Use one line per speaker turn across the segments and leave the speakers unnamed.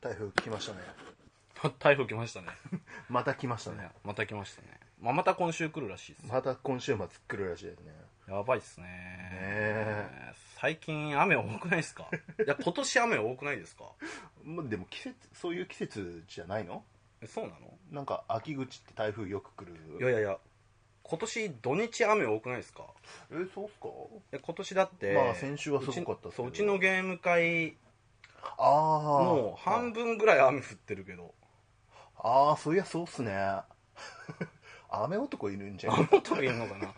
台風来ましたね
台風来ましたね。
また来ましたね
また来ましたね。まあ、また今週来るらしいです。
また今週末来るらしいですね
やばいっすね
え
最近雨多くない ですかいや、今年雨多くないですか
までも季節そういう季節じゃないの
えそうなの
なんか秋口って台風よく来
い
る
やいやいや、今年土日雨多くないですか
えそうっすか
いや今年だって、
まあ先週はすごかったっすけ
うちそ
ど
ううちのゲーム会、
ああ
もう半分ぐらい雨降ってるけど、
ああそういやそうっ すね雨男いるんじゃん
もっといるのか な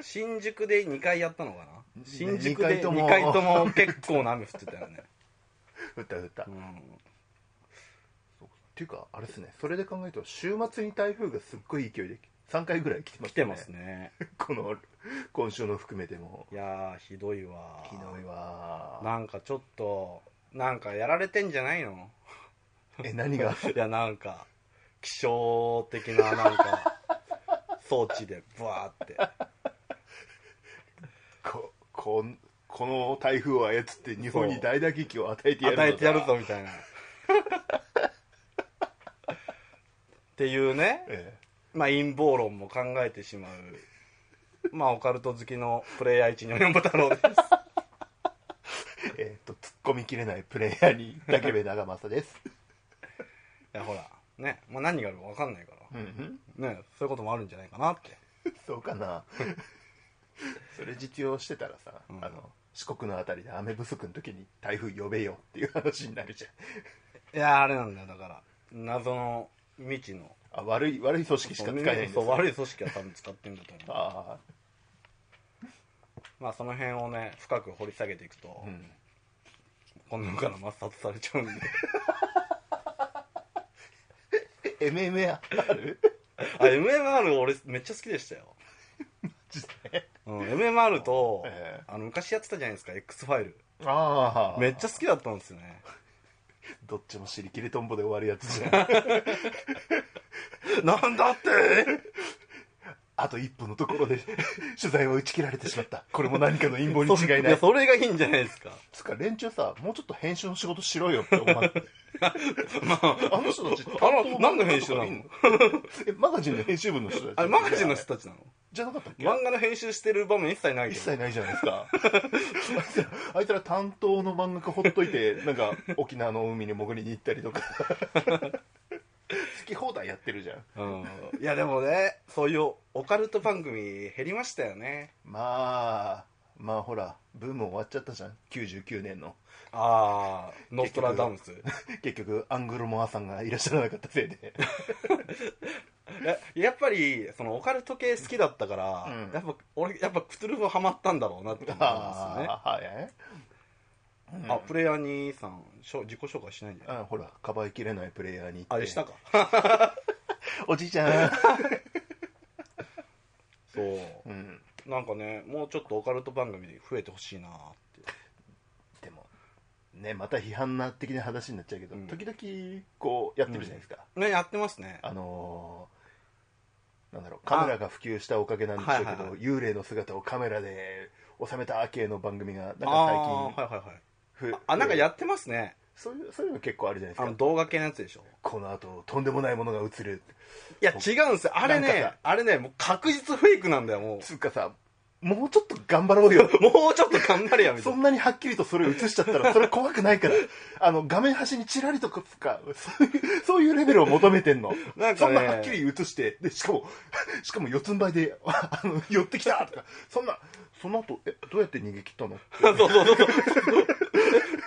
新宿で2回やったのかな新宿
二
で
回とも
2回とも結構な雨降ってたよね。
降った降った、
う
っ
ん
ていうかあれっすねそれで考えると週末に台風がすっごい勢いで3回ぐらい来てますね
来てますね。
この今週の含めても
いやー、ひどいわ。
ひどいわ
なんかちょっと、なんかやられてんじゃな いの
え何が
いや、なんか、気象的な、なん か、装置で、ブワーって。
ここんこの台風を操って日本に大打撃を与えてやる
与えてやる
ぞ
ぞ、みたいな。っていうね、
え
まあ、陰謀論も考えてしまう、まあ、オカルト好きのプレイヤー一の山太郎です。
ええーと突っ込みきれないプレイヤーに竹部長政です
いや、ほら、ね、まあ、何があるか分かんないか
うんうん
ら、ね、そういうこともあるんじゃないかなって。
そうかな それ実用してたらさ、
ん
あの四国のあたりで雨不足の時に台風呼べよっていう話になるじ
いや、あれなんだよ、だから、謎の未知の。
ゃんあ悪い悪い組織しか使えないんです
そう
よ
悪い組織は多分使ってんだと思う
あ
まあその辺をね深く掘り下げていくと、
あうん
この世から抹殺されちゃうんで
え MMA ある
あ MMR 俺めっちゃ好きでしたよ、うん、MMR と、
ええ
あの昔やってたじゃないですか X ファイル
ああ
めっちゃ好きだったんですよ ね
どっちも尻切れとんぼで終わるやつじゃん
なんだって
あと一歩のところで 取材を打ち切られてしまったこれも何かの陰謀に違いない
やそれがいいんじゃないですか
つうか連中さもうちょっと編集の仕事しろよって思わない
まあ
あの人たち
あの何の編集な
担
の
当とかいんのえマガジンの編集部の人たち
あれマガジンの人たちなの
じゃなかったっけ
漫画の編集してる場面一切ないけ
一
ど
切ないじゃないですか あいつら担当の漫画家ほっといてなんか沖縄の海に潜りに行ったりとか 好き放題やってるじゃん
うん、いやでもねそういうオカルト番組減りましたよね
まあまあほらブーム終わっちゃったじゃん99年の
ああノストラダムス
結局アングルモアさんがいらっしゃらなかったせいで
ややっぱりそのオカルト系好きだったから、
うん
やっぱ俺やっぱクトゥルフハマったんだろうなって思いますよね
ああはいはい
あ,、プレイヤー兄さんしょ自己紹介しないんじゃない
あほらかばいきれないプレイヤーに行って
あれしたか
おじいちゃん、
そう
うん、
なんかねもうちょっとオカルト番組増えてほしいなって
でもねまた批判な的な話になっちゃうけど、
うん
時々こうやってるじゃないですか、
ねやってますね
あのーなんだろうカメラが普及したおかげなんでしょうけど、
はいはいはい
幽霊の姿をカメラで収めた系の番組がなん
あ
か
あー
最近
はいはいはい
ふ
あなんかやってますね
そういうそういうの結構あるじゃないで
あ
す
の
か
動画系のやつでしょ
この後とんでもないものが映る
いや違うんですよあれ
なんか
ね
さ
あれねもう確実フェイクなんだよも
つうかさもうちょっと頑張ろうよ
う もうちょっと頑張れやみたい
そ
なん
なにはっきりとそれ映しちゃったらそれ怖くないからあの画面端にちらりとかそういうそういうレベルを求めてんの
なんか
そ
ね
んなはっきり映してでしかも しかも四つん這いでああの寄ってきたとかそんなその後えどうやって逃げ切ったの
そうそうそうそう。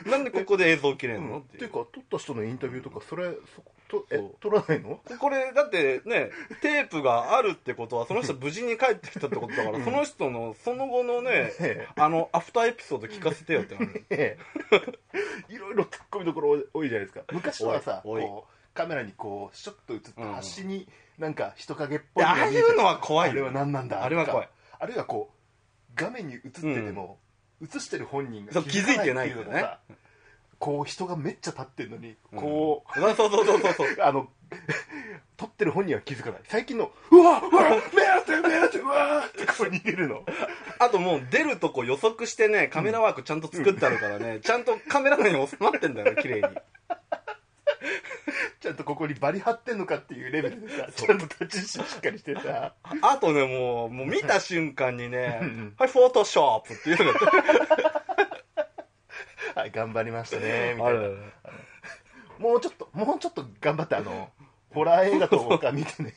なんでここで映像切れんの、
っ
ってて
い
いうう。
か撮った人のインタビューとかそれそことえ
そう
撮らないの
これ、だってね、テープがあるってことは、その人無事に帰ってきたってことだから、その人の、その後のね
え、
あの、アフターエピソード聞かせてよってなる。
え えいろいろ突っ込みどころ多いじゃないですか昔はさ
多い多い
こうカメラにこうちょっと映って
うんうん
端になんか人影っぽ
で
い
あ
の
あ
が
い
見えたり
うのは怖い
あれは
よ。
何なんだ
あれは怖い
とかあるいはこう画面に映ってても、映してる本人
そ
が
う気づいてない
気づかってう
よね
のがさこう人がめっちゃ立ってるのにこ
うん。そうそうそうそうそう。
う、 あの撮ってる本人は気づかない最近のうわうわ目当て目当てうわーってこう逃げるの
あともう出るとこ予測してね、カメラワークちゃんと作ってあるからね、ちゃんとカメラ内に収まってんだよね、綺麗に。
ちゃんとここにバリ張ってんのかっていうレベルでさちゃんと立ち位置しっかりしてさ
あとね、もう、もう見た瞬間にね
うんうん、
はい、フォートショップっていうのが
はい頑張りましたねみ
あ
たいな
る。
もうちょっともうちょっと頑張ってあのホラー映画とか見てね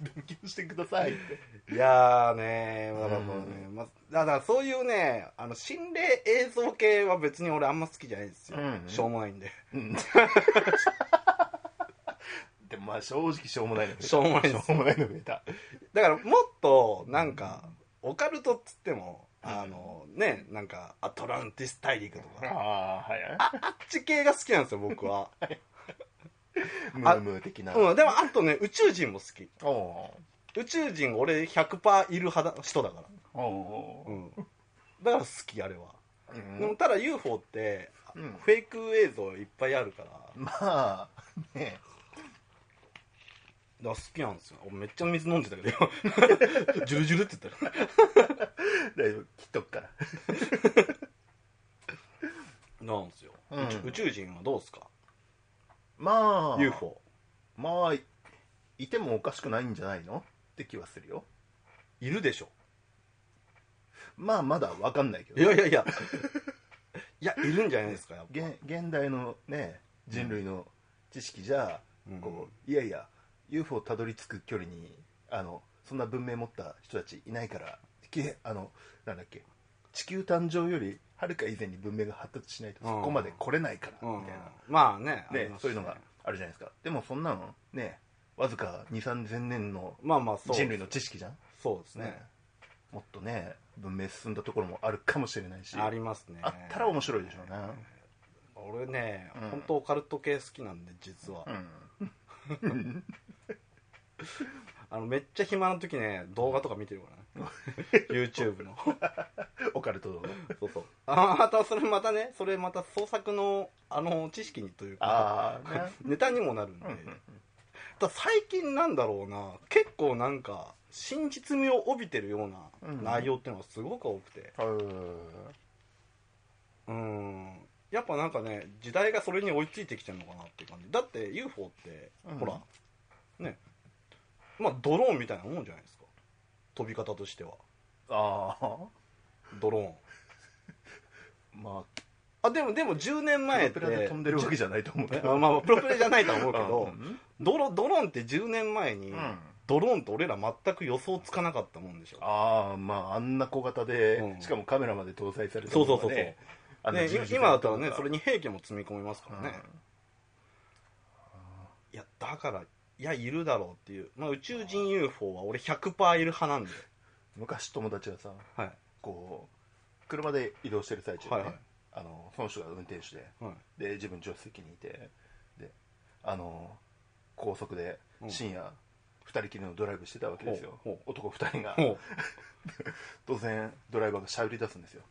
勉強してくださいって
いやーねだからもうね、まあ、だからそういうね、あの、心霊映像系は別に俺あんま好きじゃないんですよ。
うんうん
しょうもないんで。
うん でもまあ正直しょうもないの
しょうもないです
しょうもないの増えた
だからもっと、なんか、オカルトっつっても、あの、ね、なんか、アトランティス大陸とか、
ああはいはい
ああっち系が好きなんですよ、僕は。
ムームー的な、
うん、でもあとね、宇宙人も好き。
おお
宇宙人俺100%いる派だ人だから。
おお
うん。だから好き、あれは。
う
でも
ん
ただ UFO って、
うん
フェイク映像いっぱいあるから、だ
ま
か
あね
ら好きなんですよ。俺めっちゃ水飲んでたけど、今 ジュルジュルって言ったよ
大丈夫切っとくから
なんですよ、
うん
宇宙宇宙人はどうですか
まあ
?UFO。
まあいいてもおかしくないんじゃないのって気はするよ
いるでしょ
まあまだわかんないけ
い
ど
やいやいや。いや、いるんじゃないですか、やっぱ。
現現代のね人類の知識じゃ、
うん
こういやいや UFO たどり着く距離にあのそんな文明持った人たちいないからけあのなんだっけ地球誕生よりはるか以前に文明が発達しないと
う
そ
ん
こまで来れないから、
うん
みたいな、
まあねあり
ね
ます
そういうのがあるじゃないですかでもそんなのねわずか2 3 0 0年の
まあまあそう
人類の知識じゃん
そうですね
ねもっとね文明進んだところもあるかもしれないし
ありますね
あったら面白いでしょうね
俺ね、
うん
本当オカルト系好きなんで実は、あのめっちゃ暇な時ね動画とか見てる からね YouTube の
うん オカルトの
そうそうあまたそれまたねそれまた創作のあの知識にというか
ああね
ネタにもなるんで、
うんうん
ただ最近なんだろうな結構なんか真実味を帯びてるよ
う
うなん内容っていうのがすごく多くて
うん
うんやっぱなんかね時代がそれに追いついてきてるのかなっていう感じだって UFO って、
うん
ほらねまあドローンみたいなもんじゃないですか飛び方としては
ああ
ドローン
まあ
あでもでも10年前っ
プ
て
ラで飛んでるわけじゃないと思うけ
え
ど
まあまあプロペラじゃないとは思うけ
う
ど
ん
ドロドローンって10年前に、
うん
ドローンって俺ら全く予想つかなかったもんでしょ
ああまああんな小型で、
うん
しかもカメラまで搭載されて
そうそうそうそう、
あんな
ね
自由自在
今だったらね
とか
それに兵器も積み込みますからね、いやだからいやいるだろうっていう、まあ、宇宙人 UFO は俺100%いる派なんで、
昔友達がさ
はい、
こう車で移動してる最中で、ね
はいはい
あのその人が運転手で
はい、
で自分助手席にいてであの高速で
うん
深夜2人きりのドライブしてたわけですよ、
ほうほ
男2人が
ほ
当然ドライバーがしゃべり出すんですよ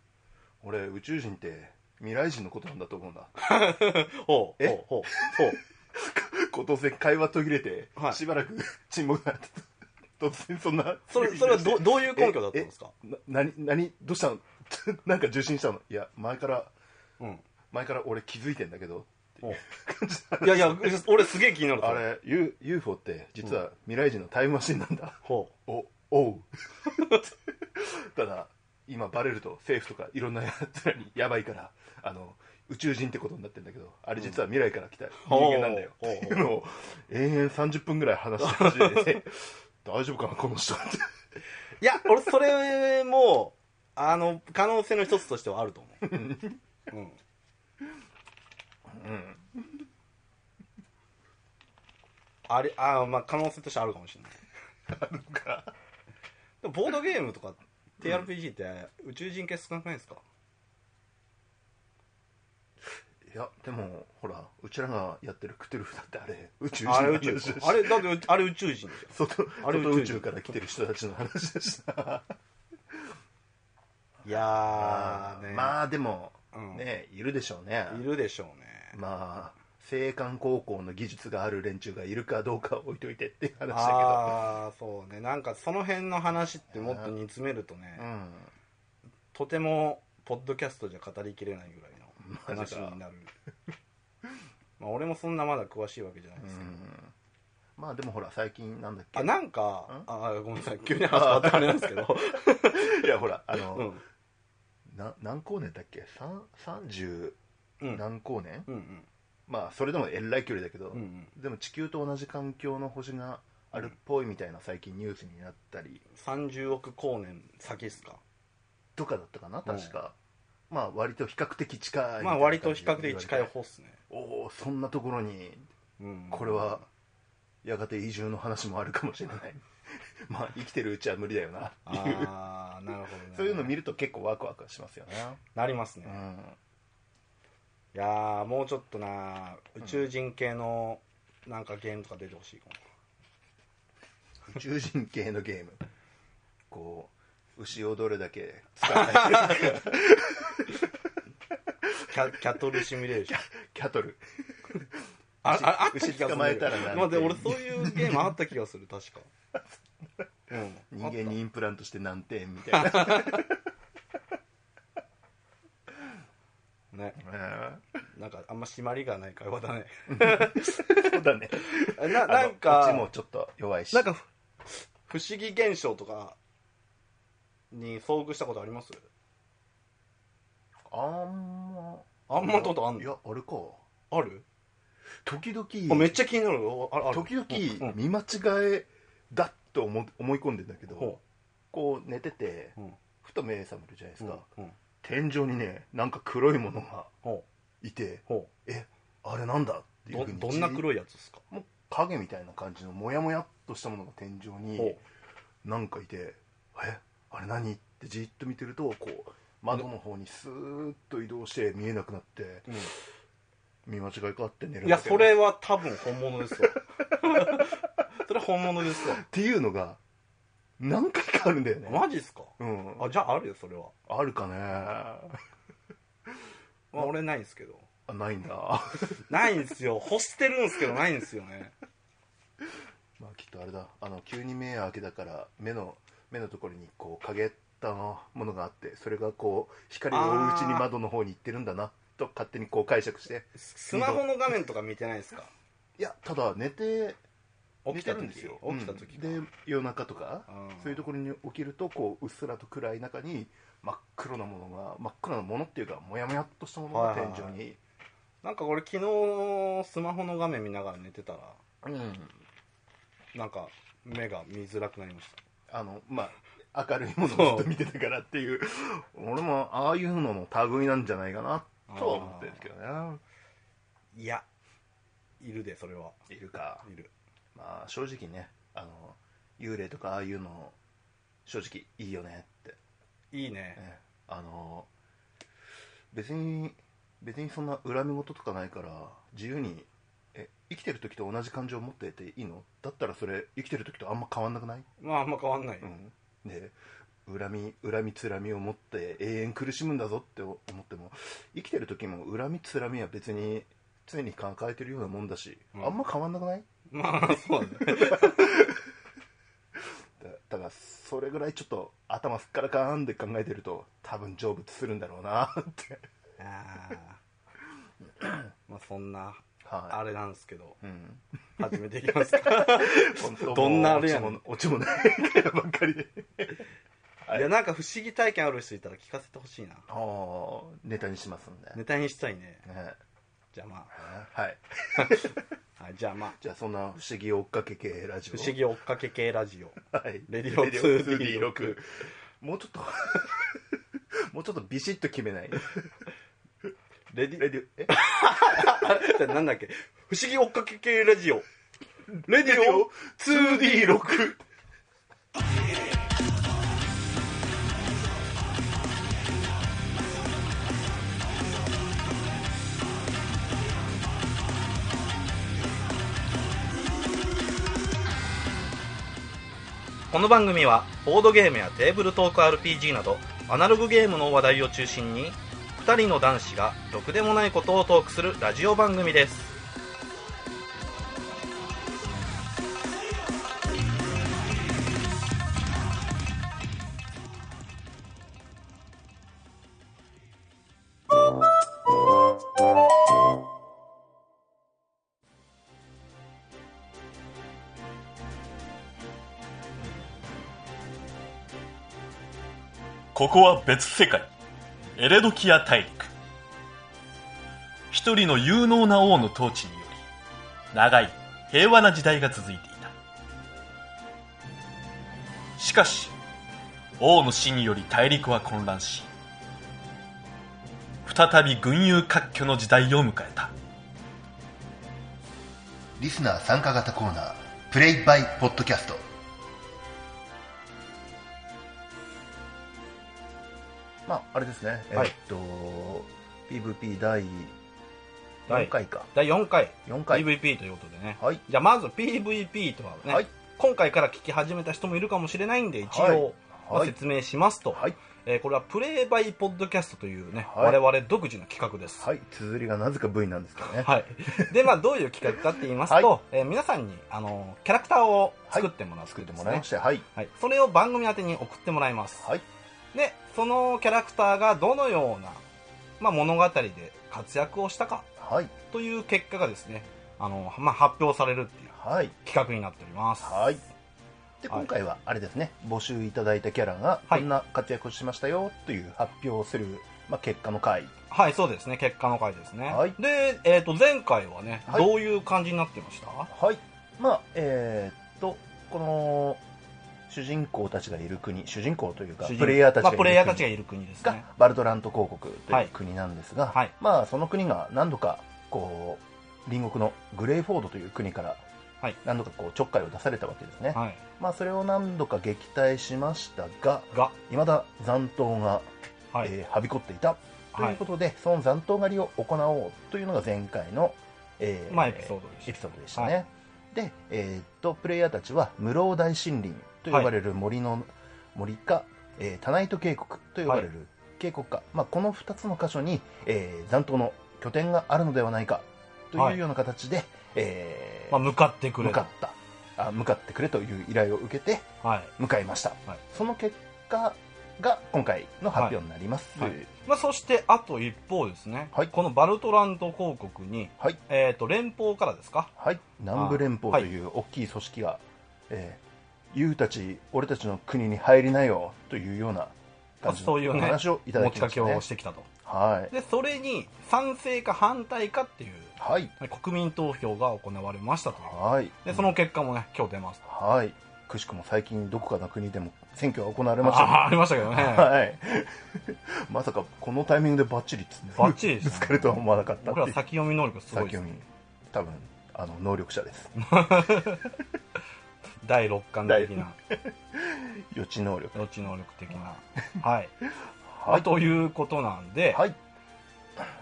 俺宇宙人って未来人のことなんだと思うんだ
うほう
え
ほうほうほう
こう当然会話途切れて、
はい
しばらく 沈黙があって突然そんな
それそれはどどういう根拠だったんですか、
な何何どうしたの なんか受信したのいや前から
うん、
前から俺気づいてんだけど
ほ ういやいや俺すげえ気になる
あ
そ
れ U- UFO って実は未来人のタイムマシンなんだ、
ほ
おおう ただ今バレると政府とかいろんなやつらにやばいからあの宇宙人ってことになってんだけどあれ実は未来から来た人間なんだよ、
ほう
っていうのを延々30分ぐらい話して始めて 大丈夫かなこの人って
ういや俺それもあの可能性の一つとしてはあると思う、うん、あれあまあ可能性としてはあるかもしれないでもボードゲームとか TRPG って宇宙人系少なくないですか、
いやでもほらうちらがやってるクトゥルフだってあれ宇宙人の
あれ
話
宇宙
だし
あれだってあれ宇宙人じゃん
外
あれ宇宙人
外宇宙から来てる人たちの話でした
いやーね、
まあでも、
うん
ねいるでしょうね
いるでしょうね
まあ青函高校の技術がある連中がいるかどうかは置いといてっていう話だ
ああそうねなんかその辺の話ってもっと煮詰めるとね
けど、うん、
とてもポッドキャストじゃ語りきれないぐらいの
マジ
話
か
になるまあ俺もそんなまだ詳しいわけじゃないですけど、
うんまあでもほら最近なんだっけ
あなんかあごめんなさい急に話変わってあれなんですけど、
いやほらあの、
うん
な何光年だっけさん30
うん、
何光年、
うんうん
まあそれでもえらい距離だけど、
うんうん
でも地球と同じ環境の星があるっぽいみたいな最近ニュースになったり
30億光年先っすか
とかだったかな確か、まあ割と比較的近いみたいな
まあ割と比較
感
的近い
じで
方っすね、
言われておおそんなところに
うん
これはやがて移住の話もあるかもしれ ないまあ生きてるうちは無理だよなっていう
ああなるほどね
そういうの見ると結構ワクワクしますよね、
なりますね、
うん、
いやーもうちょっとな宇宙人系のなんかゲームとか出てほしいかも、
宇宙人系のゲームこう牛をどれだけ使わ ない
キャ キャトルシミュレーション
キャトル
あ
牛
ああった気がす
牛
る
捕まえたらなんて
まあ、で俺そういうゲームあった気がする確か、うん、
人間にインプラントして難点みたいな
ね
うん
なんかあんま締まりがない会 話だね
そうだ ね
な
あの
なん
こっ
か
ちもちょっと弱いし
なんかふ不思議現象とかに遭遇したことあります
あんま
あんまってことあんの
いやあれか
ある
時
あめ
々
っちゃ気になるよあある
時
うんう
々
ん
見間違えだと思思い込んでんだけど
ほ
こう寝てて
ううん
ふと目覚めるじゃないですか、
うんうん
天井にねなんか黒いものが
ほ
いて
うほ
えあれなんだっ
う
ていうふうに
どどんな黒いやつですか
もう影みたいな感じのモヤモヤっとしたものが天井に
ほ
なんかいてえあれ何ってじっと見てるとこう窓の方にスーッと移動して見えなくなって
う、うん
見間違いかって寝るん
い
だ
や、
け
そ
ど
れは多分本物ですわ。 それ本物ですわ
っ。ていうのが何回かあるんだよね、
マジっすか
うん、
あ、じゃああるよ、それは。
あるかねあ
まあ、俺ないんですけど。
ないんだま
ないんですよ。欲してるんですけど、ないんですよね。
あきっとあれだあの急に目開けたから目の目のところにこう影ったものがあってそれがこう光を追ううちに窓の方に行ってるんだなと勝手にこう解釈して
スマホの画面とか見てないですか
いやただ寝て
起
寝
き
て
た
る
時
んですよ
起きた時か、
うんで夜中とか
うん
そういうところに起きるとこううっすらと暗い中に真っ黒なものが真っ黒なものっていうかもやもやっとしたものが
はいはいはい
天井に、
なんか俺昨日、スマホの画面見ながら寝てたら、
うん
なんか目が見づらくなりまし
あのまあ明るいものをずっと見てたからっていう俺もああいうのの類なんじゃないかなとは思ってるんですけどね
た。いや、いるで、それは。
いるか
いる。
まあ正直ねあの幽霊とかああいうの正直いいよねって
いいね。
ねあの別に別にそんな恨み事とかないから自由にえ生きてる時と同じ感情を持ってていいのだったらそれ生きてる時とあんま変わんなくない、
まあ、あんま変わんない。
うん、で恨み恨みつらみを持って永遠苦しむんだぞって思っても生きてる時も恨みつらみは別に常に抱えてるようなもんだし、
うん
あんま変わんなくない
まあ、そうだね。
だだからそれぐらいちょっと頭すっからかんで考えてると多分成仏するんだろうな って、
あーまあそんな
は
あれなんですけど
い うん、
始めていきますか
本当もう
どんなあれやねん
落ちも落ちもないからばっかりで はい
いやなんか不思議体験ある人いたら聞かせてほしいな
ああネタにしますんで
ネタにしたいね
ね
じゃあま
はい
あ、はい、じゃあまあ
じゃあそんな不思議追っかけ系ラジ
不
オ
思議追っかけ系ラジオ
はい
レディオ
レディオ
2D6
2D6 もうちょっと もうちょっとビシッと決めない
レディ
レディオえ
あれなんだっけ不思議追っかけ系ラジオレディオ
2D6
この番組はボードゲームやテーブルトーク RPG などアナログゲームの話題を中心に2人の男子がろくでもないことをトークするラジオ番組です
ここは別世界エレドキア大陸一人の有能な王の統治により長い平和な時代が続いていたしかし王の死により大陸は混乱し再び群雄割拠の時代を迎えた
リスナー参加型コーナープレイバイポッドキャストまああれですね、
はい
えっと PVP 第
はい
4回か、
第4回
4回
PVP ということでね、
はい
じゃあまず PVP とはね、
はい
今回から聞き始めた人もいるかもしれないんで一応、
はい
まあ
はい
説明しますと、
はい
えーこれはプレイバイポッドキャストというね、
はい
我々独自の企画です、
はい綴りがなぜか V なんですけどね
はい、でまあどういう企画かって言いますと、
は
えー皆さんにあのキャラクターを作ってもらって
作っ
で
て
すね
もらいましてはい
はい、それを番組宛てに送ってもらいます、
はい
でそのキャラクターがどのような、まあ、物語で活躍をしたか
はい
という結果がですねあの、まあ、発表されるっていう
はい
企画になっております
はいで
はい
今回はあれですね募集いただいたキャラが
は
こ
い
んな活躍をしましたよという発表をする、まあ、結果の回
はいそうですね結果の回ですね、
はい
で、えー、と前回はね、
はい
どういう感じになってました
はいまあえーっとこの主人公たちがいる国主人公というか
主人
プレイヤーたちが
まあ、
いる
プ
国
レイヤーたちがいる国です
が
ね
バルトラント公国と
はいいう
国なんですが、
はい
まあその国が何度かこう隣国のグレーフォードという国から
はい
何度かこうちょっかいを出されたわけですね、
はい
まあそれを何度か撃退しましたが
が
いまだ残党が、
はい、
えーはびこっていたと
はい
いうことで、その残党狩りを行おうというのが前回の、え
まあエピソードでした
エピソードでしたね、で、えーっとプレイヤーたちは室生大森林と呼ばれる森の、森か、えー、タナイト渓谷と呼ばれる渓谷か、まあ、この2つの箇所に、えー残党の拠点があるのではないかと
はい
いうような形で、えー
まあ、向かってくれ
向
と
かったあ向かってくれという依頼を受けて
はい
向かいました、
はい
その結果が今回の発表になります、
はいまあ、そしてあと一方ですね、
はい
このバルトラント公国に、
はい
えー、と連邦からですか
はい、南部連邦という大きい組織が、えー、ユウたち、俺たちの国に入りなよというような感じ
そういう
の
ね
話をいただ
持
き
ち
ま
か
した
け
ね
をし。てきたと
はい、
でそれに賛成か反対かっていう
はい、
国民投票が行われましたという
はい、
でその結果もね今日出ます
はい、くしくも最近どこかの国でも選挙が行われ
あ
ましたね。
ありましたけどね、
はい、まさかこのタイミングでバッチリっつって
バッチリです
ぶ
ね
つかるとは思わなかったって
僕
いう
ら先読み能力すごい
先
です、
読
ね、
み多分あの能力者です
第六感的な
予知能力
予知能力的 なはい、
はい
ということなんで、
はい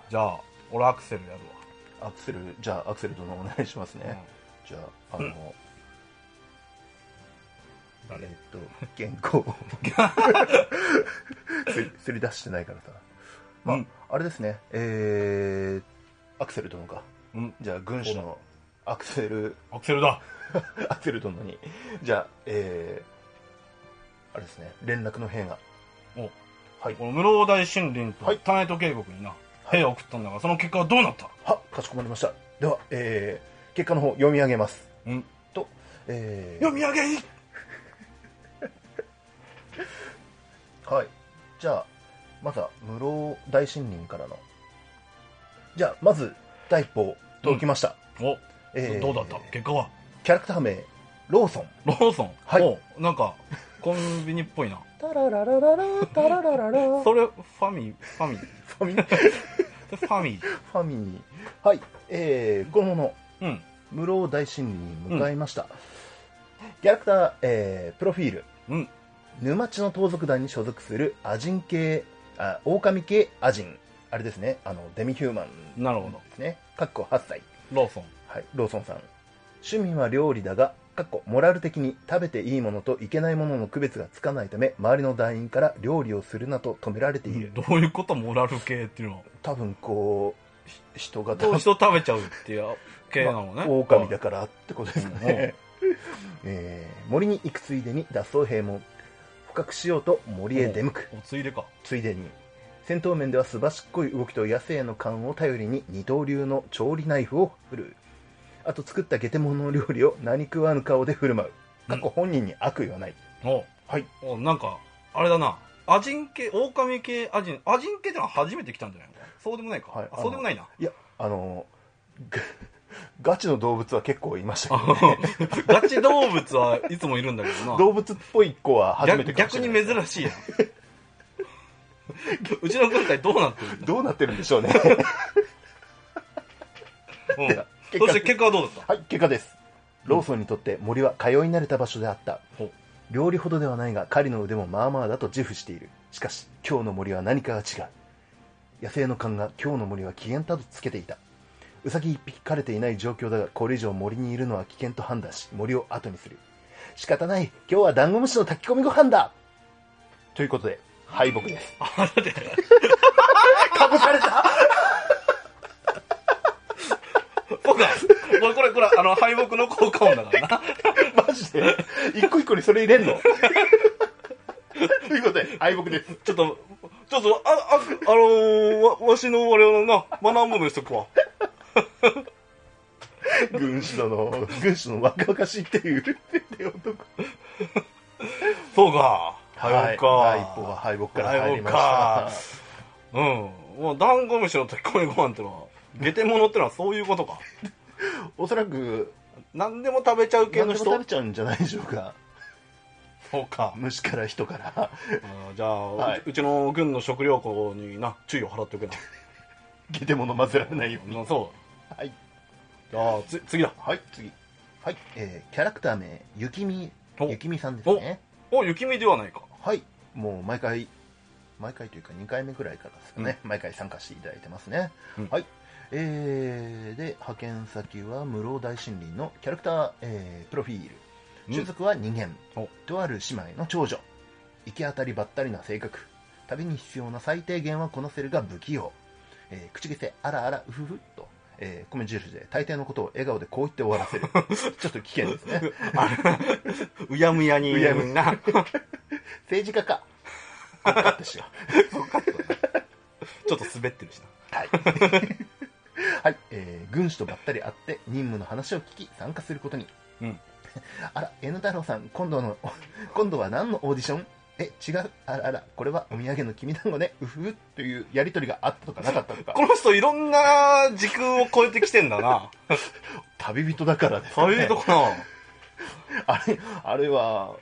じゃあ俺アクセルやる
アクセルじゃあアクセル殿お願いしますね、
わ、
じゃあ、あの、
誰
えーっと、原稿 をすりすり出してないからさ。まあ、
うん
あれですね、えー、アクセル殿か。
うんうん
じゃあ、軍師のアクセル、
アクセルだ
アクセル殿に、じゃあ、えー、あれですね、連絡の兵が。
お
はい
こ。の室生大森林
は
と
い
タナイト渓谷にな、兵を送ったんだがその結果はどうなった
は、かしこまりました。では、えー、結果の方読み上げます。
うん
と、えー、
読み上げい
はいじゃあまずは室生大森林からのじゃあまず第一報届きました、
お、
えー
どうだった結果は
キャラクター名ローソン
ローソン、
はい
おなんかコンビニっぽいな
タラララララタララララフ
それファミファミ
ァミ フ
それファミ
ァミリーはいえー、このもの
うん
室生大森林に向かいました、キャラクター、えー、プロフィール
うん
沼地の盗賊団に所属するアジン系あ狼系アジンあれですねあのデミヒューマン
なるほど
ですねかっこ8歳
ローソン
はい、ローソンさん趣味は料理だがかっこモラル的に食べていいものといけないものの区別がつかないため周りの団員から料理をするなと止められている、
どういうことモラル系っていうの
多分こうひ人が
どう人食べちゃうっていう系なのね、
オオカミだからってことですね、 えー森に行くついでに脱走兵も捕獲しようと森へ出向く
おついでか
ついでに戦闘面ではすばしっこい動きと野生の勘を頼りに二刀流の調理ナイフを振るうあと作ったゲテモノ料理を 何食わぬ顔で振る舞う過去本人に悪意はない、
お
はい
おなんかあれだなアジン系狼系アジンアジン系ってのは初めて来たんじゃないのかそうでもないか、
はい
あそうでもないない
やあのがガチの動物は結構いましたけど、ね、
ガチ動物はいつもいるんだけどな
動物っぽい子は 初めて
逆
かもし
逆
れ
に
ない
珍しいやん うちの軍隊どうなってるんだ
どうなってるんでしょうね
うん
では結
そ
果
して結果はどうだった
はい結果ですローソンにとって森は通い慣れた場所であった、
ほう
料理ほどではないが狩りの腕もまあまあだと自負しているしかし今日の森は何かが違う野生の勘が今日の森は危険だとつけていたウサギ一匹狩れていない状況だがこれ以上森にいるのは危険と判断し森を後にする仕方ない今日はダンゴムシの炊き込みご飯だということで敗北です
あだって
かぶされた
僕はこれこれこれあの敗北の効果音だからな
マジで一個一個にそれ入れんの ということで敗北です
ちょっとちょっとあああのー、わわしのあれをな学ぶものにしとくわ
軍師殿軍師の若々しいって いう男
そうか
は
敗
い、
北か、
第一歩は敗北から入りました
うんもうダンゴムシの炊き込みご飯ってのは下手者ってのはそういうことか
おそらく
何でも食べちゃう系
何で
の
も
人
食べちゃうんじゃないでしょうか
そうか
虫から人から
あーじゃあ、
はいう
ちうちの軍の食糧庫にな注意を払っておけな
ゲテモノ混ぜられないように
なそう
はい
じゃあつ次だ
はい次はい、えーキャラクター名雪見
お
雪見さんですね
お雪見ではないか
はいもう毎回毎回というか2回目くらいからですかね、毎回参加していただいてますね、
うん
はいえーで派遣先は室生大森林のキャラクター、えープロフィール
うん
種族は人間、
お
とある姉妹の長女行き当たりばったりな性格旅に必要な最低限はこなせるが不器用、えー口癖あらあらうふふと、えー米印で大抵のことを笑顔でこう言って終わらせる ちょっと危険ですね
あれうやむやに
うやむ
な ちょ
政治家かこれカットしよ
っと滑ってるしな
うはい、はいえー軍師とばったり会って任務の話を聞き参加することに、
うん
あら N 太郎さん今度の今度は何のオーディションえ違うあらあらこれはお土産のきびだんごねうふうというやり取りがあったとかなかったとか
この人いろんな時空を超えてきてんだな
旅人だからですか
そう
ね
いうとこな
あれあれは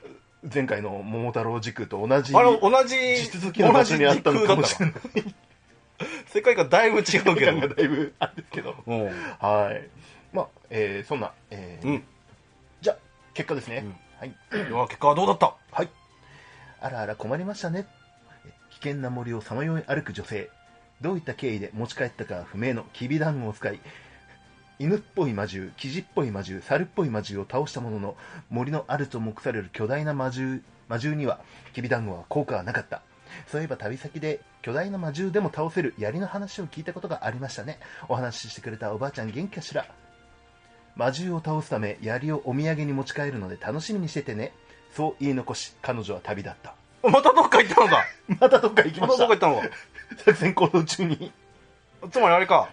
前回の桃太郎時空と同じ
あれ同じ
地続きの場所にあったのかもしれ
同じ
な
時空だっ
い
た世界観だいぶ違うけ
感が
ど
だいぶあるんですけど
うん
はいまあ、えーそんな、えー
うん
じゃあ結果ですね、
うん
はい
では結果はどうだった
はいあらあら困りましたねえ危険な森をさまよい歩く女性どういった経緯で持ち帰ったか不明のきびだんごを使い犬っぽい魔獣、キジっぽい魔獣、猿っぽい魔獣を倒したものの森のあると目される巨大な魔獣魔獣にはきびだんごは効果はなかったそういえば旅先で巨大な魔獣でも倒せる槍の話を聞いたことがありましたねお話ししてくれたおばあちゃん元気かしら魔獣を倒すため槍をお土産に持ち帰るので楽しみにしててねそう言い残し彼女は旅立った
またどっか行ったのか
またどっか行き
ま
ま
た
し
ど
た
っか行ったのか
作戦行動中に
つまりあれか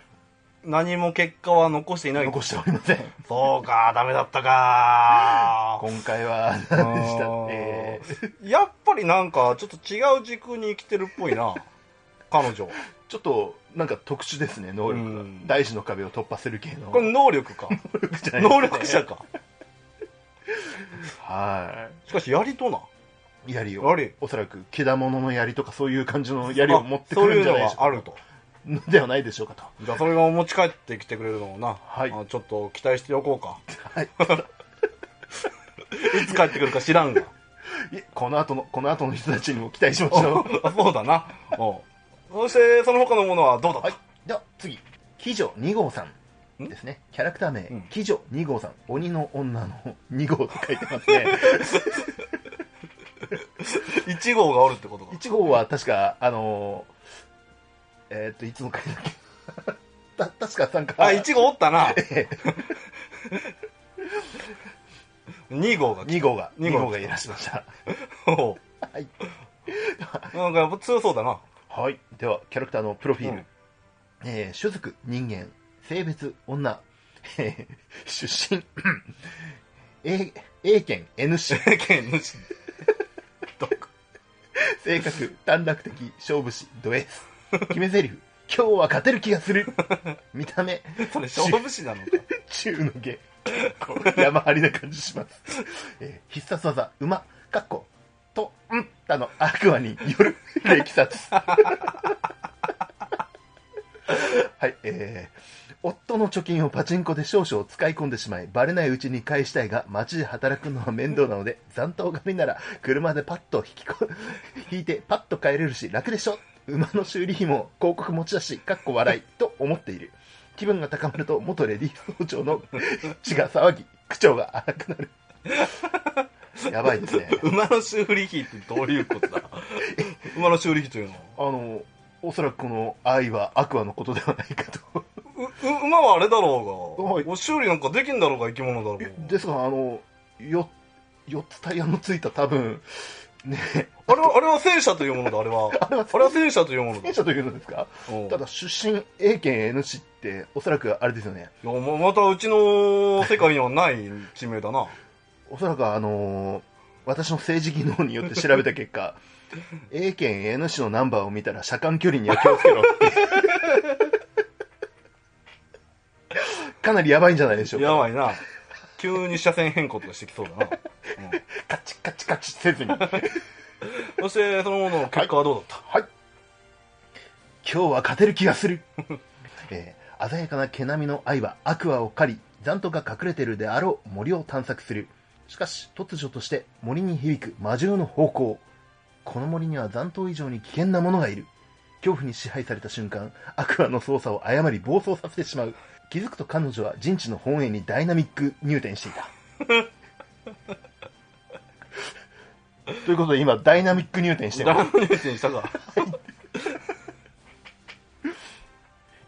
何も結果は残していない
残しておりませ ん
そうかダメだったか
今回は何でしたって
やっぱりなんかちょっと違う時空に生きてるっぽいな彼女
ちょっとなんか特殊ですね能力
う
が
ん
大事の壁を突破する系の
これ能力か
能 力じゃない
能力者か
は
しかし槍とない
槍を
槍
おそらくけだものの槍とかそういう感じの槍を持ってくるんじゃないで
あ
し
そういうの
ょ
があると
うかではないでしょうかと
じゃあそれがお持ち帰ってきてくれるのをな、
はい
あちょっと期待しておこうか
はい
いつ帰ってくるか知らんが
いえこの後のこの後の人たちにも期待しまし ょう
あそうだなおうそしてその他のものはどうだった、
はい、では次、鬼女2号さん
ん
ですね、キャラクター名、
ん
鬼女2号さん、鬼の女の2号と書いてますね、
1号がおるってことか
1号は確か、あのーえーっと、いつの回だっけ、 た確か参加、
あ、1号おったな。2号が来
2号が、
二
2
号
号がいらっしゃいました。
た。お
はい、
うなんかやっぱ強そうだな。
はい、では、キャラクターのプロフィール、
うん
えー種族、人間、性別、女、 えー出身、A, A 県 N 市、
県主。
性格、短絡的、勝負師、ド S。決め台詞、今日は勝てる気がする。見た目、
それ勝負師なのか
中の下。こう山張りな感じします。えー必殺技、馬、かっこ、と、んたの悪魔による 歴殺。はい、えー夫の貯金をパチンコで少々使い込んでしまい、バレないうちに返したいが、街で働くのは面倒なので、残党狩りなら、車でパッと引きこ、 引いてパッと帰れるし、楽でしょ馬の修理費も広告持ち出し、かっこ笑い、と思っている。気分が高まると、元レディース総長の 血が騒ぎ、口調が荒くなる。やばいですね。
馬の修理費ってどういうこと だ馬の修理費というの
あの、おそらくこの愛は悪魔のことではないかと。
うう馬はあれだろうが、
はい
お修理なんかできんだろうが生き物だろうが
ですが、あの、よ、4つタイヤのついた多分、ね、
あれはあれは戦車というものだあれは
あれは
あれは戦車というものだ
戦車というのですか
うん
ただ出身 A 県 N 市って、おそらくあれですよね。
いやままたうちの世界にはない地名だな
おそらくあのー私の政治技能によって調べた結果、A 県 N 市のナンバーを見たら車間距離には気をつけろって。 かなりやばいんじゃないでしょうか。
やばいな急に車線変更とかしてきそうだ な、うん
カチカチカチせずに。
そしてそのものの結果はどうだっ
は
た、
い。今日は勝てる気がする。えー鮮やかな毛並みの愛はアクアを狩り、残党が隠れてるであろう森を探索する。しかし、突如として森に響く魔獣の方向。この森には残党以上に危険なものがいる。恐怖に支配された瞬間、アクアの操作を誤り暴走させてしまう。気づくと彼女は陣地の本営にダイナミック入店していた。ということで今、ダイナミック入店してます
ダイナミックにした か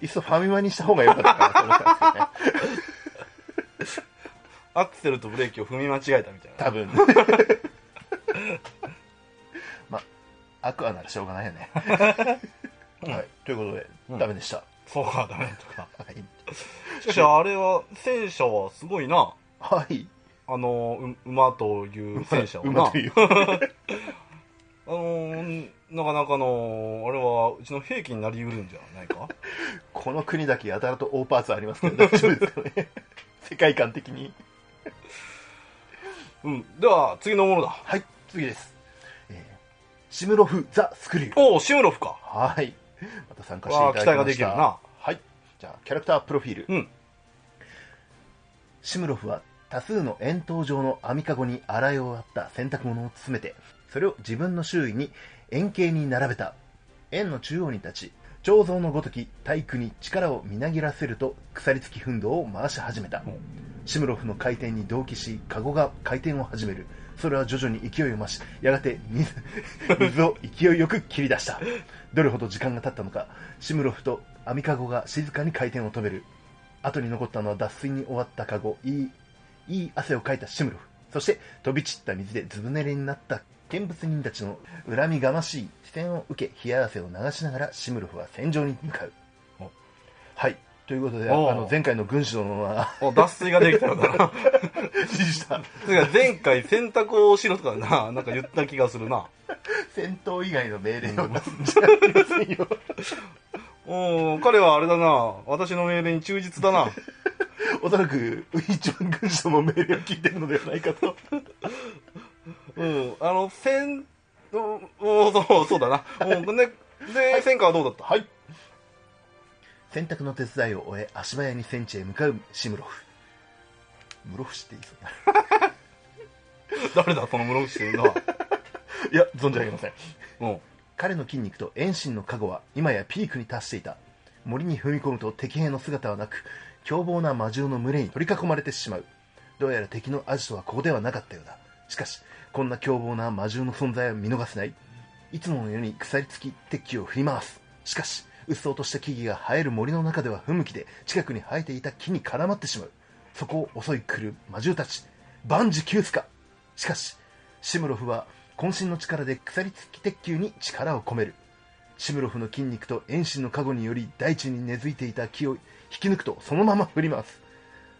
いっそファミマにした方が良かったかなと思ったんですけどね。
アクセルとブレーキを踏み間違えたみたいな
多分。 ま、アクアならしょうがないよね。はい。ということで、
うん
ダメでした。
そうかダメだったか
はい。
しかしあれは戦車はすごいな
はい。
あのう馬という戦車は
う
な
まく言う。
あのーなかなかの、あれは、うちの兵器になりうるんじゃない か
この国だけやたらと大パーツありますけど、大丈夫ですか ね。世界観的に。
うん。では、次のものだ。
はい。次です。えーシムロフ・ザ・スクリュー。
おお、シムロフか。
はい。また参加して
わあ、
いた
期
だきました。
待ができるな。
はい。じゃあ、キャラクタープロフィール。
うん。
シムロフは多数の円筒状の網かごに洗い終わった洗濯物を詰めて、それを自分の周囲に円形に並べた。円の中央に立ち、彫像のごとき体育に力をみなぎらせると鎖付き奮闘を回し始めた。シムロフの回転に同期し、カゴが回転を始める。それは徐々に勢いを増し、やがて水水を勢いよく切り出した。どれほど時間が経ったのか、シムロフと網カゴが静かに回転を止める。後に残ったのは脱水に終わったカゴ、いい、いい汗をかいたシムロフ。そして飛び散った水でずぶ濡れになった見物人たちの恨みがましい視線を受け、冷や汗を流しながらシムロフは戦場に向かう
お。
はい。ということで、あ
おう
の、前回の軍師殿は、
お脱水ができたのかな。
指示した
それが前回洗濯をしろとかな、なんか言った気がするな。
戦闘以外の命令を出すんじゃありませんよ
おお、彼はあれだな。私の命令に忠実 だな。
おそらく一番軍師の命令を聞いてるのではないかと
うん。あの、戦、おおそう、そうだな。うん。で、で、戦果はどうだった
はい洗濯の手伝いを終え足早に戦地へ向かうシムロフ室伏って言いそうになる
誰だ、その室伏ってい うのは。
いや存じ上げません
うん。
彼の筋肉と遠心の加護は今やピークに達していた森に踏み込むと敵兵の姿はなく凶暴な魔獣の群れに取り囲まれてしまうどうやら敵のアジトはここではなかったようだしかしこんな凶暴な魔獣の存在は見逃せないいつものように鎖付き敵を振り回すしかしうっそうとした木々が生える森の中では不向きで近くに生えていた木に絡まってしまうそこを襲い来る魔獣たち万事休すかしかしシムロフは渾身の力で鎖付き鉄球に力を込めるシムロフの筋肉と遠心の加護により大地に根付いていた木を引き抜くとそのまま振ります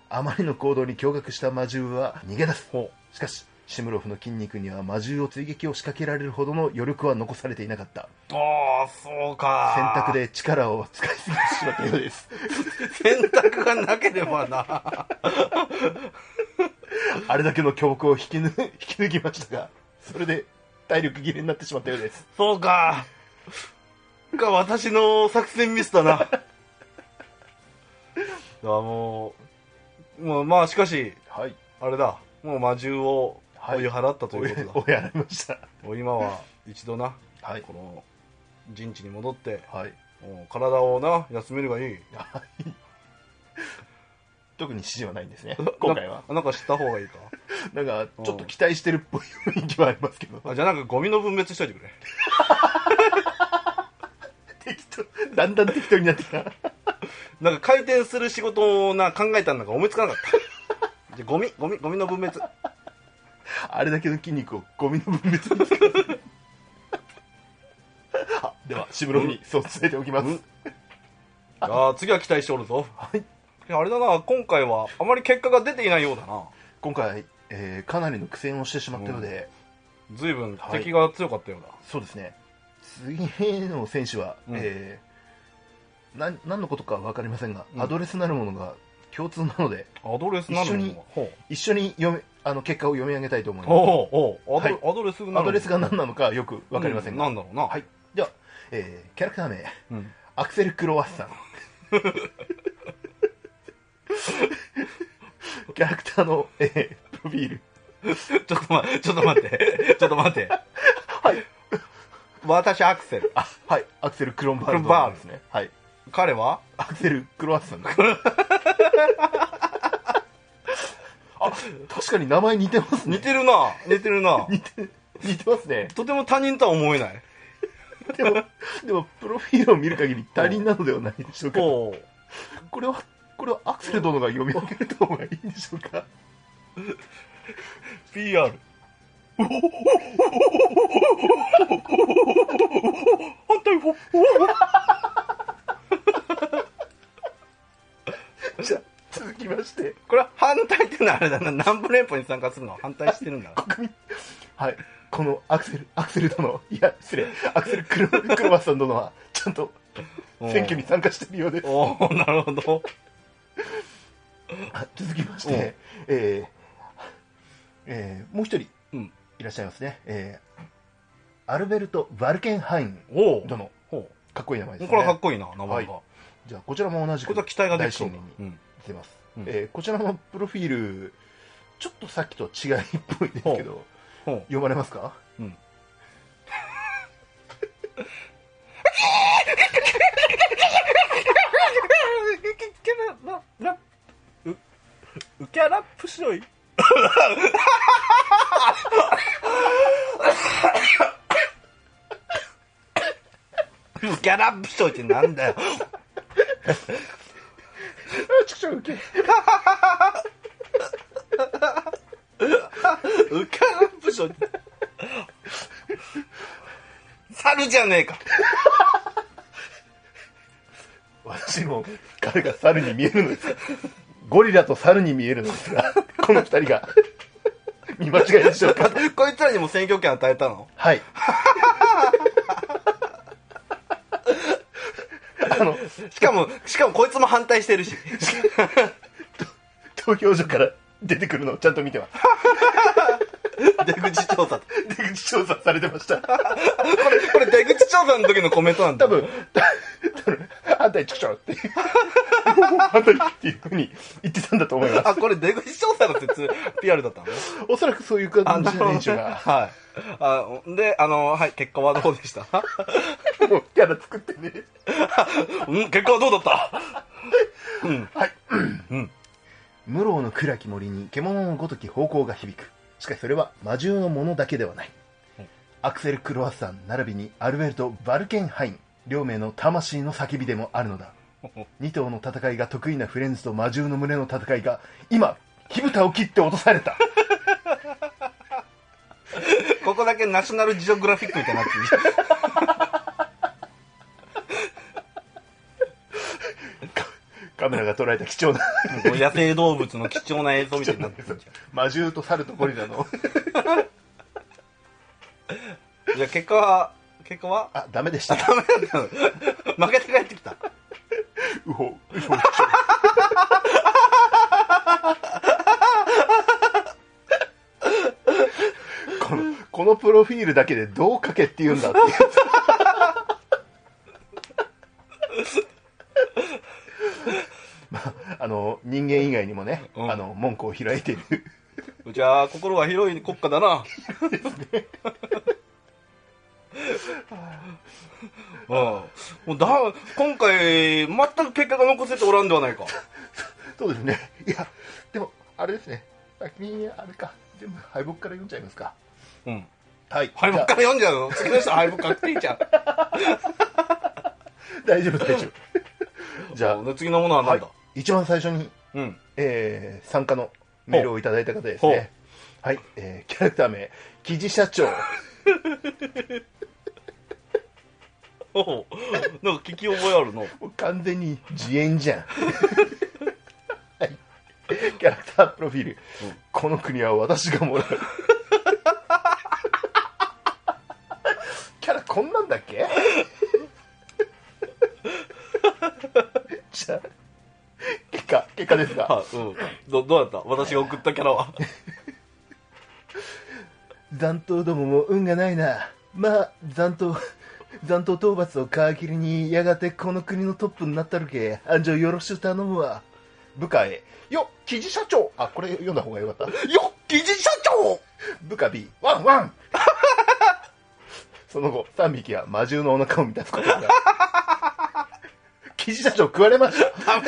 あまりの行動に驚愕した魔獣は逃げ出す
ほ
しかしシムロフの筋肉には魔獣を追撃を仕掛けられるほどの余力は残されていなかった
ああそうか
選択で力を使いすぎてしまったようです
選択がなければな
あれだけの強力を引き抜引き抜きましたがそれで体力切れになってしまったようです
そうかが私の作戦ミスだなあもうもうまあしかし
はい
あれだもう魔獣を
はい
追い払ったと
お
いう
や
ことだ、
おやられました
もう今は一度な
はい
この陣地に戻って
はい
もう体をな休めるがいい
はい特に指示はないんですね 今回は
ななんか知った方がいいか
なんかちょっと期待してるっぽい雰囲気はありますけど
あじゃあなんかゴミの分別しといてくれ
適当だんだん適当になってきた
なんか回転する仕事をな考えたんだが思いつかなかったじゃあゴミゴミゴミの分別
あれだけの筋肉をゴミの分別に使うあ では渋ロにそう伝えておきます、
うんあー次は期待しておるぞ
はい
いやあれだな今回はあまり結果が出ていないようだな
今回、えーかなりの苦戦をしてしまったので、
随分
はい
敵が強かったようだ、
そうですね次の選手は、
うん
えーなん何のことか分かりませんが、
うん
アドレスなるものが共通なので
アドレスなる
一緒
も
に
のほう
一緒に読めあの結果を読み上げたいと思いま
おうおうアド,、
はい
アドレス
す
なるもの
アドレスが何なのかよく分かりませんが、
うなんだろうな
はいでは、えーキャラクター名
うん
アクセル・クロワッサン キャラクターの、えープロフィール
ちょっと待ってちょっと待って ちょっと待って
はい
私アクセル
あはいアクセル・クロンバール
クロンバール
ですねはい
彼は
アクセル・クロワッ サンあ確かに名前似てますね
似てるな似てるな
似て似てますね
とても他人とは 思えない
でもでもプロフィールを見る限り他人なのではないでしょうか
ほう
これはこれはアクセル殿が読み上げる方がいいんでしょうか
PR 反対法
じゃあ続きまして
これは反対ってのはあれだな南部連邦に参加するのは反対してるんだな
国民はいこのアクセルアクセル殿いや失礼アクセルクロクロマスさん殿はちゃんと選挙に参加しているようです
おおなるほど
あ続きまし
お
て、えーえーもう一人
うん
いらっしゃいますね、えーアルベルト・バルケンハイン
おお
殿
ほ
かっこいい名前
う
です
これ
ね
はかっこいいな名前が、
はじゃあこちらも同じ
こ
く
れは期待がで
大
きそ
親
う
身
な
に
うん
出ます、
うん
えーこちらのプロフィールちょっとさっきと違いっぽいですけど
ほう
読まれますか
うんウキャラップ白いウキャラップ白いってなんだよ
あちくしょうウケ
ウキャラップ白い猿じゃねえか
私も彼が猿に見えるのです ゴリラと猿に見えるのですが この二人が見間違いでしょうか
こいつらにも選挙権与えたの
はい。 あの、
しかも、しかもこいつも反対してるし。
投票所から出てくるのをちゃんと見てます。
出口調査。こ
出口調査されてました。
れ、これ出口調査の時のコメントなんだ。
多分、多分、反対ちくしょうっていう、反対っていうふうに言ってたんだと思います。
あ、これ出口調査の説、PR だったのね。
おそらくそういう感じ
る
の
ほど
練習
ね
が、
はい。あ、で、あの、はい、結果はどうでした
もうキャラ作ってね。
うん、結果はどうだった
はい。
うん。
無老の暗き森に獣のごとき方向が響く。しかしそれは魔獣のものだけではない。アクセル・クロワッサン並びにアルベルト・バルケンハイン、両名の魂の叫びでもあるのだ。2頭の戦いが得意なフレンズと魔獣の群れの戦いが、今、火蓋を切って落とされた。
ここだけナショナルジオグラフィックみたいになってる。
カメラが捉えた貴重な
こう野生動物の貴重な映像みたいになってるじ
魔獣と猿とゴリラの
ゃんじゃあ結果は結果は
あダメでした
ダメだったの負けて帰ってきた
うほうほこのこのプロフィールだけでどう書けって言うんだっていうまああの人間以外にもね、
うん
あの門戸を開いている
じゃあ心は広い国家 だなうん、もうだ今回全く結果が残せておらんではないか
そうですねいやでもあれですね先にあれか全部敗北から読んじゃいますか
うん
はい
敗北から読んじゃうの次の人敗北確定じゃん
大丈夫大丈夫じゃ
で次のものは
あ、は
何
い
だ、、
一番最初に
うん
えー参加のメールをいただいた方です
ほうほう
ね。はい、えーキャラクター名、記事社長。
おおなんか聞き覚えあるの
もう完全に自演じゃん。 はい、キャラクタープロフィール、
うん
この国は私がもらう。キャラこんなんだっけじゃあ、結果、結果ですが、
あうんどどうだった私が送ったキャラは
残党どもも運がないなまあ残党 残党討伐を皮切りにやがてこの国のトップになったるけ安城よろしゅう頼むわ部下へよっ記事社長あこれ読んだ方がよかった
よっ記事社長
部下 B ワンワン その後3匹は魔獣のお腹を満たすこと が記事社長食われました
ダメ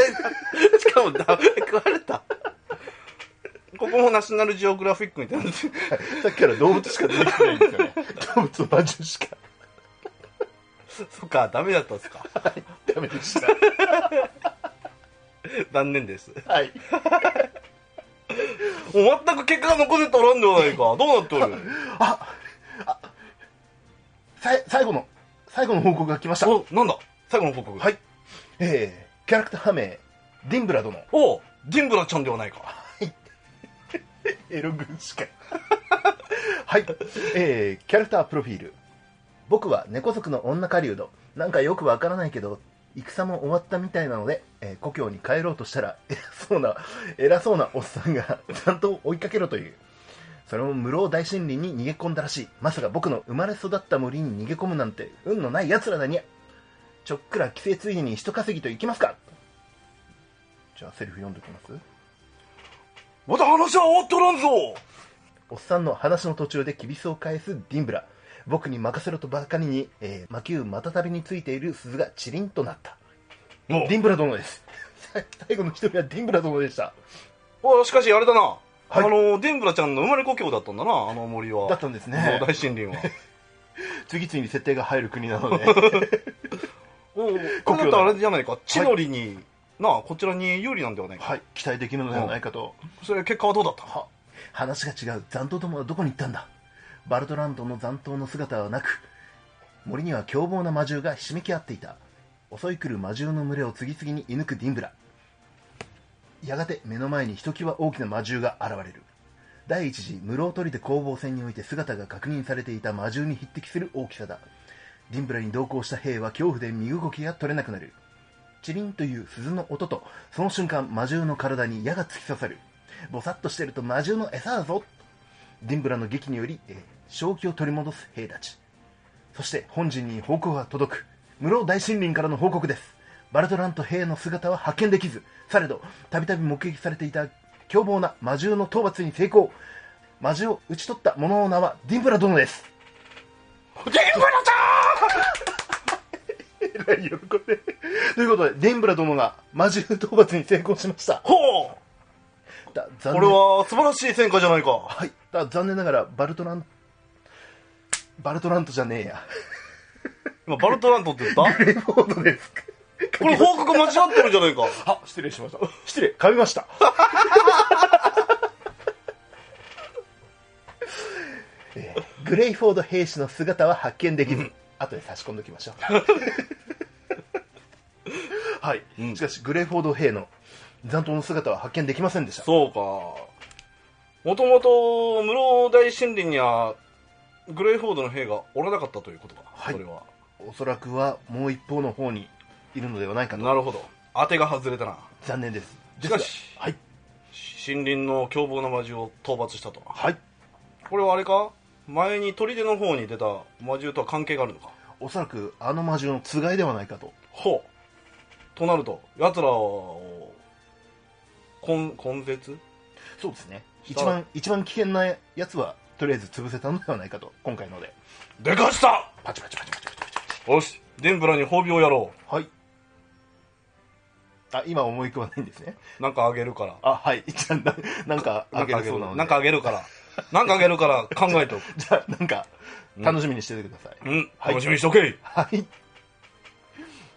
だしかもダメ食われたここもナショナルジオグラフィックみたいになってる
さっきから動物しか出てきてないんですよ ね動物と魔獣しか
そっかダメだったんですか
ダメでした
残念です
はい
もう全く結果が残せておらんではないかどうなっておる
ああさい最後の最後の報告が来ました
おなんだ最後の報告
はいえー、キャラクター名ディンブラ殿
おうディンブラちゃんではないか
エロ軍師か はい、えー、キャラクタープロフィール僕は猫族の女狩人なんかよくわからないけど戦も終わったみたいなので、えー故郷に帰ろうとしたら偉そうな偉そうなおっさんが担当を追いかけろというそれも室生大森林に逃げ込んだらしいまさか僕の生まれ育った森に逃げ込むなんて運のない奴らだにちょっくら帰省ついでに一稼ぎといきますかじゃあセリフ読んでおきます
まだ話は終わっとらんぞ
おっさんの話の途中で厳しを返すディンブラ僕に任せろとばかりに、えー、魔球またたびについている鈴がチリンとなった
おう
ディンブラ殿です 最後の一人はディンブラ殿でした
おうしかしあれだな、あ
い
のディンブラちゃんの生まれ故郷だったんだなあの森は
だったんです
そう
ね
大森林は
次々に設定が入る国なので
おう
故
こ
郷だ
れだとあれじゃないか地の利に、なあこちらに有利なんではないか
はい期待できるのではないかと
それ結果はどうだった
は話が違う残党どもはどこに行ったんだバルトランドの残党の姿はなく森には凶暴な魔獣がひしめき合っていた襲い来る魔獣の群れを次々に射抜くディンブラやがて目の前にひときわ大きな魔獣が現れる第一次室を取りで攻防戦において姿が確認されていた魔獣に匹敵する大きさだディンブラに同行した兵は恐怖で身動きが取れなくなるチリンという鈴の音とその瞬間魔獣の体に矢が突き刺さるぼさっとしてると魔獣の餌だぞディンブラの劇により、えー正気を取り戻す兵たちそして本陣に報告が届く室生大森林からの報告ですバルトラント兵の姿は発見できずされどたびたび目撃されていた凶暴な魔獣の討伐に成功魔獣を討ち取った者の名はディンブラ殿です
ディンブラちゃん
えらい喜んでということでディンブラ殿が魔獣討伐に成功しました
ほう
だ
こ
残
れは素晴らしい戦果じゃないか
はい、だ残念ながらバルトランバルトラントじゃねえや
今バルトラントって言った
グレーボードですか
これ報告間違ってるじ ゃないか
あ失礼しました失礼噛みました えーグレイフォード兵士の 姿は発見できず後で差し込んでおきましょうはい、
うん
しかしグレーフォード兵の残党の姿は発見できませんでした
そうか。もともと、室生大森林には、グレイフォードの兵がおらなかったということか。
はい
これは。
おそらくはもう一方の方にいるのではないかと
なるほど。当てが外れたな。
残念です
しかし
ですがはい
森林の凶暴な魔獣を討伐したと。
はい
これはあれか前に砦の方に出た魔獣とは関係があるのか。
おそらくあの魔獣のつがいではないかと
ほう。となると、奴らを、根、根絶
そうですね
した
一番一番危険なやつはとりあえず潰せたのではないかと今回ので
でかした
パチパチパチパチパチパチ
よし、デンブラに褒美をやろ
はいあ今思い浮かばないんですね
う。なんかあげるから。
あはい じゃあななんか
な
あ
ん
げ
かあ
る
げ
そ
る
うなので
なんかあげるから。なんかあげるから考えておく。
じゃあなんか楽しみにしててください、
うん、
はい
楽しみにしとけ、
はい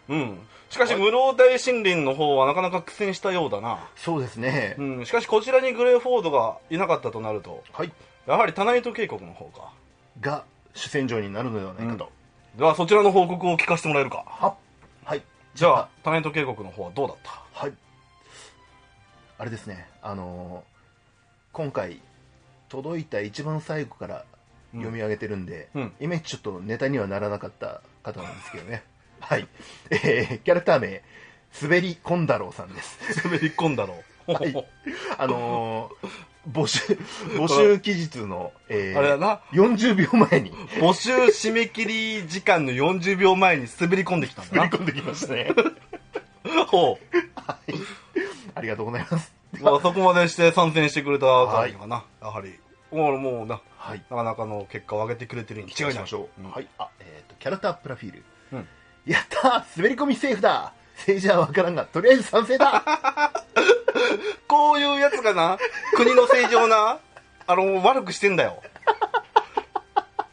うん。しかし、無老大森林の方はなかなか苦戦したようだな。
そうですね、
うん、しかし、こちらにグレーフォードがいなかったとなると、
はい
やはりタナイト渓谷の方か。
が主戦場になるのではないかと、
では、そちらの報告を聞かせてもらえるか。
ははい
じゃあ、タナイト渓谷の方はどうだった
はいあれですねあのー今回届いた一番最後から読み上げてるんで、
うん
イメージちょっとネタにはならなかった方なんですけどね はい、えー、キャラクター名滑り込んだろうさんです
滑り込んだろう。
はいあのー募 集募集期日の、えー
あれだな、
40秒 前に
募集締め切り時間の40秒前に滑り込んできたんだ
滑
な
り。込んできましたね
ほう。
ありがとうござい ます
まあ、そこまでして参戦してくれたからにはな、やはり、もう、もうな、
はい
なかなかの結果を上げてくれてるに違いない。
ましょう、
ん
はいあえっ、とキャラクタープロフィール、
うん
やったー滑り込みセーフだ政治はわからんがとりあえず賛成だ
こういうやつがな、国の政治を な、あの、悪くしてんだよ。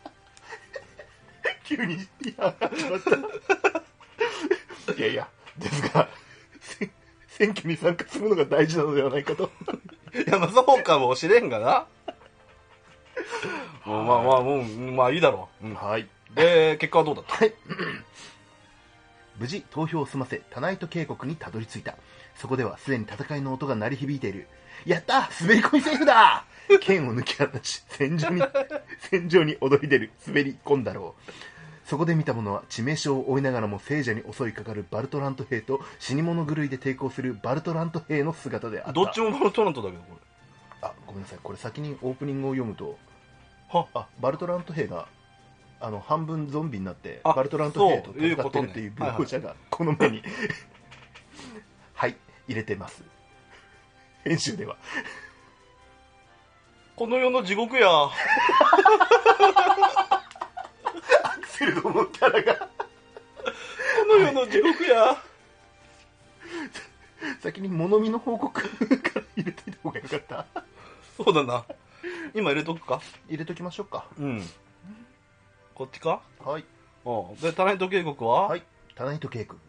急にいや始まったいやいやですがせ選挙に参加するのが大事なのではないかと
いや、まあ、そうかもしれんがな。もうまあまあ、もう、まあいいだろう。うん
はい
で、結果はどうだった
無事投票を済ませタナイト渓谷にたどり着いたそこではすでに戦いの音が鳴り響いているやった滑り込みセーフだ剣を抜き放ち戦場に戦場に躍り出る滑り込んだろうそこで見たものは致命傷を負いながらも聖者に襲いかかるバルトラント兵と死に物狂いで抵抗するバルトラント兵の姿であった
どっちもバルトラントだけど、こ
あごめんなさいこれ先にオープニングを読むと
は
あバルトラント兵があの半分ゾンビになって
あ
バルトラント兵と
そういう
戦
こ
って
と
る
ね
っていう文法者がこの目に はい入れてます編集では
れ。この世の地獄や。
アクセルの思ったらが
この世の地獄や。
先に物見の報告から入れといた方がよかった
そうだな。今入れとくか
入れときましょうか
うん。こっちか
はい
うん。で、タナイト渓谷は
はいタナイト渓谷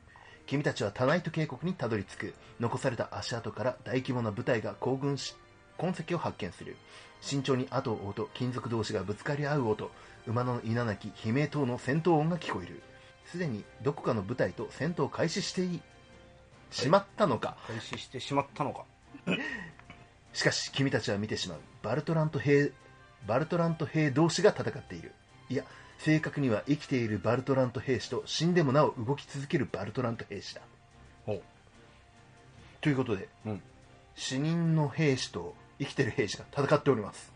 君たちはタナイト渓谷にたどり着く残された足跡から大規模な部隊が行軍し痕跡を発見する慎重に後を追うと金属同士がぶつかり合う音馬の稲鳴き悲鳴等の戦闘音が聞こえるすでにどこかの部隊と戦闘を開始していしまったのか、
開始してしまったのか。
しかし君たちは見てしまうバルトラント兵バルトラント兵同士が戦っているいや正確には生きているバルトラント兵士と死んでもなお動き続けるバルトラント兵士だ
ほう
ということで、
うん
死人の兵士と生きてる兵士が戦っております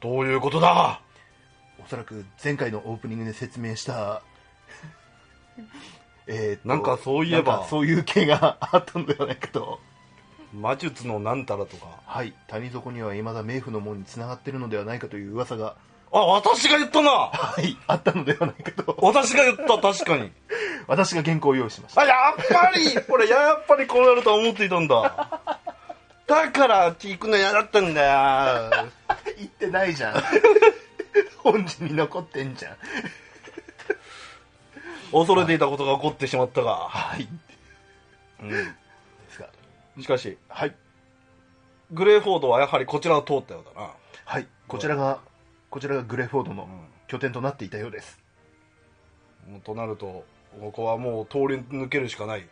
どういうことだ
おそらく前回のオープニングで説明したえーと
なんかそういえば
なんかそういう系があったのではないかと
魔術のなんたらとか。
はい谷底には未だ冥府の門に繋がってるのではないかという噂が
あ、私が言ったな
はいあったのではないかと
私が言った、確かに。
私が原稿を用意しました
あ、やっぱりこれ、やっぱりこうなるとは思っていたんだ。だから、あっち行くの嫌だったんだよ。
言ってない じゃん本人に残ってんじゃん
恐れていたことが起こってしまったが。
はい
うん
ですが
しかし、
はい
グレーフォードはやはりこちらを通ったようだな。
はいこちらがこちらがグレフォードの
うん
拠点となっていたようです
となるとここはもう通り抜けるしかない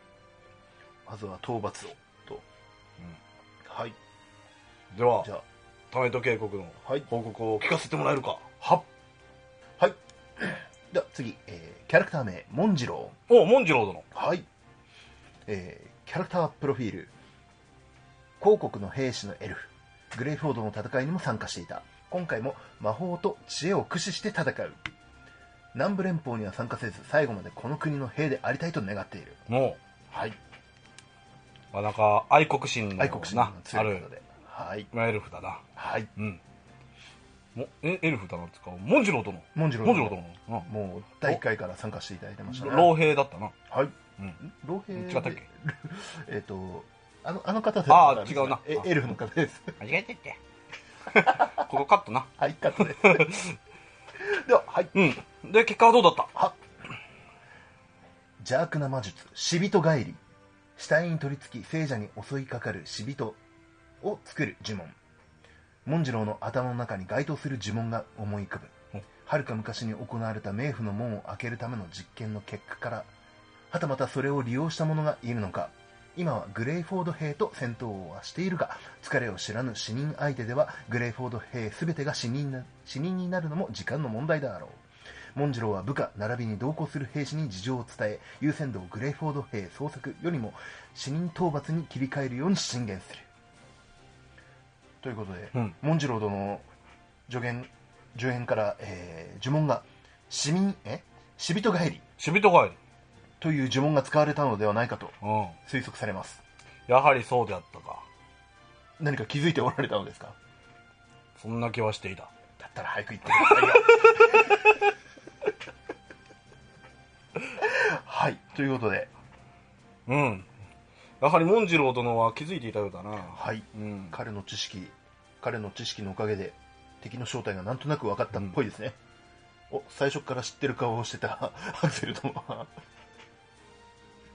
まずは討伐をと
う
はい
ん、では
じゃあ
タネット渓谷の
はい
報告を聞かせてもらえるか
ははい では次、えーキャラクター名モンジロ
おモンジロー殿
ーはい、えーキャラクタープロフィール広国の兵士のエルフグレイフォードの戦いにも参加していた今回も魔法と知恵を駆使して戦う南部連邦には参加せず最後までこの国の兵でありたいと願っている
の
はい
まあなんか愛国心の
愛国心
な
の
あ
強い
る
方ではい
まあエルフだな
はい
うんもえエルフだなっていうかモンジロー殿
モンジロー
モンジロー殿、
もう第1回から参加していただいてました
う
ね
ん、老兵だったな
はい
うん
老兵で
違ったっけ
えっとあのあの方です
あー違うな
え
あ
エルフの方です
間違えてって ここカットな
はいカットです でははい
うんで結果はどうだった
は邪悪な魔術死人返り死体に取り付き聖者に襲いかかる死人を作る呪文モンジローの頭の中に該当する呪文が思い浮かぶ
お
はるか昔に行われた冥府の門を開けるための実験の結果からはたまたそれを利用した者がいるのか今はグレイフォード兵と戦闘をはしているが疲れを知らぬ死人相手ではグレイフォード兵全てが死人な死人になるのも時間の問題だろうモンジローは部下並びに同行する兵士に事情を伝え優先度をグレイフォード兵捜索よりも死人討伐に切り替えるように進言するということで、
うん
モンジロー殿の助言助言から、えー呪文が死民え死人帰り
死人帰り
という呪文が使われたのではないかと
うん
推測されます
やはりそうであったか
何か気づいておられたのですか
そんな気はしていた
だったら早く行ってくださいよ はいということで
うんやはりモンジロー殿は気づいていたようだな
はい
うん
彼の知識彼の知識のおかげで敵の正体がなんとなく分かったっぽいですね、お最初から知ってる顔をしてたアクセルとも
ま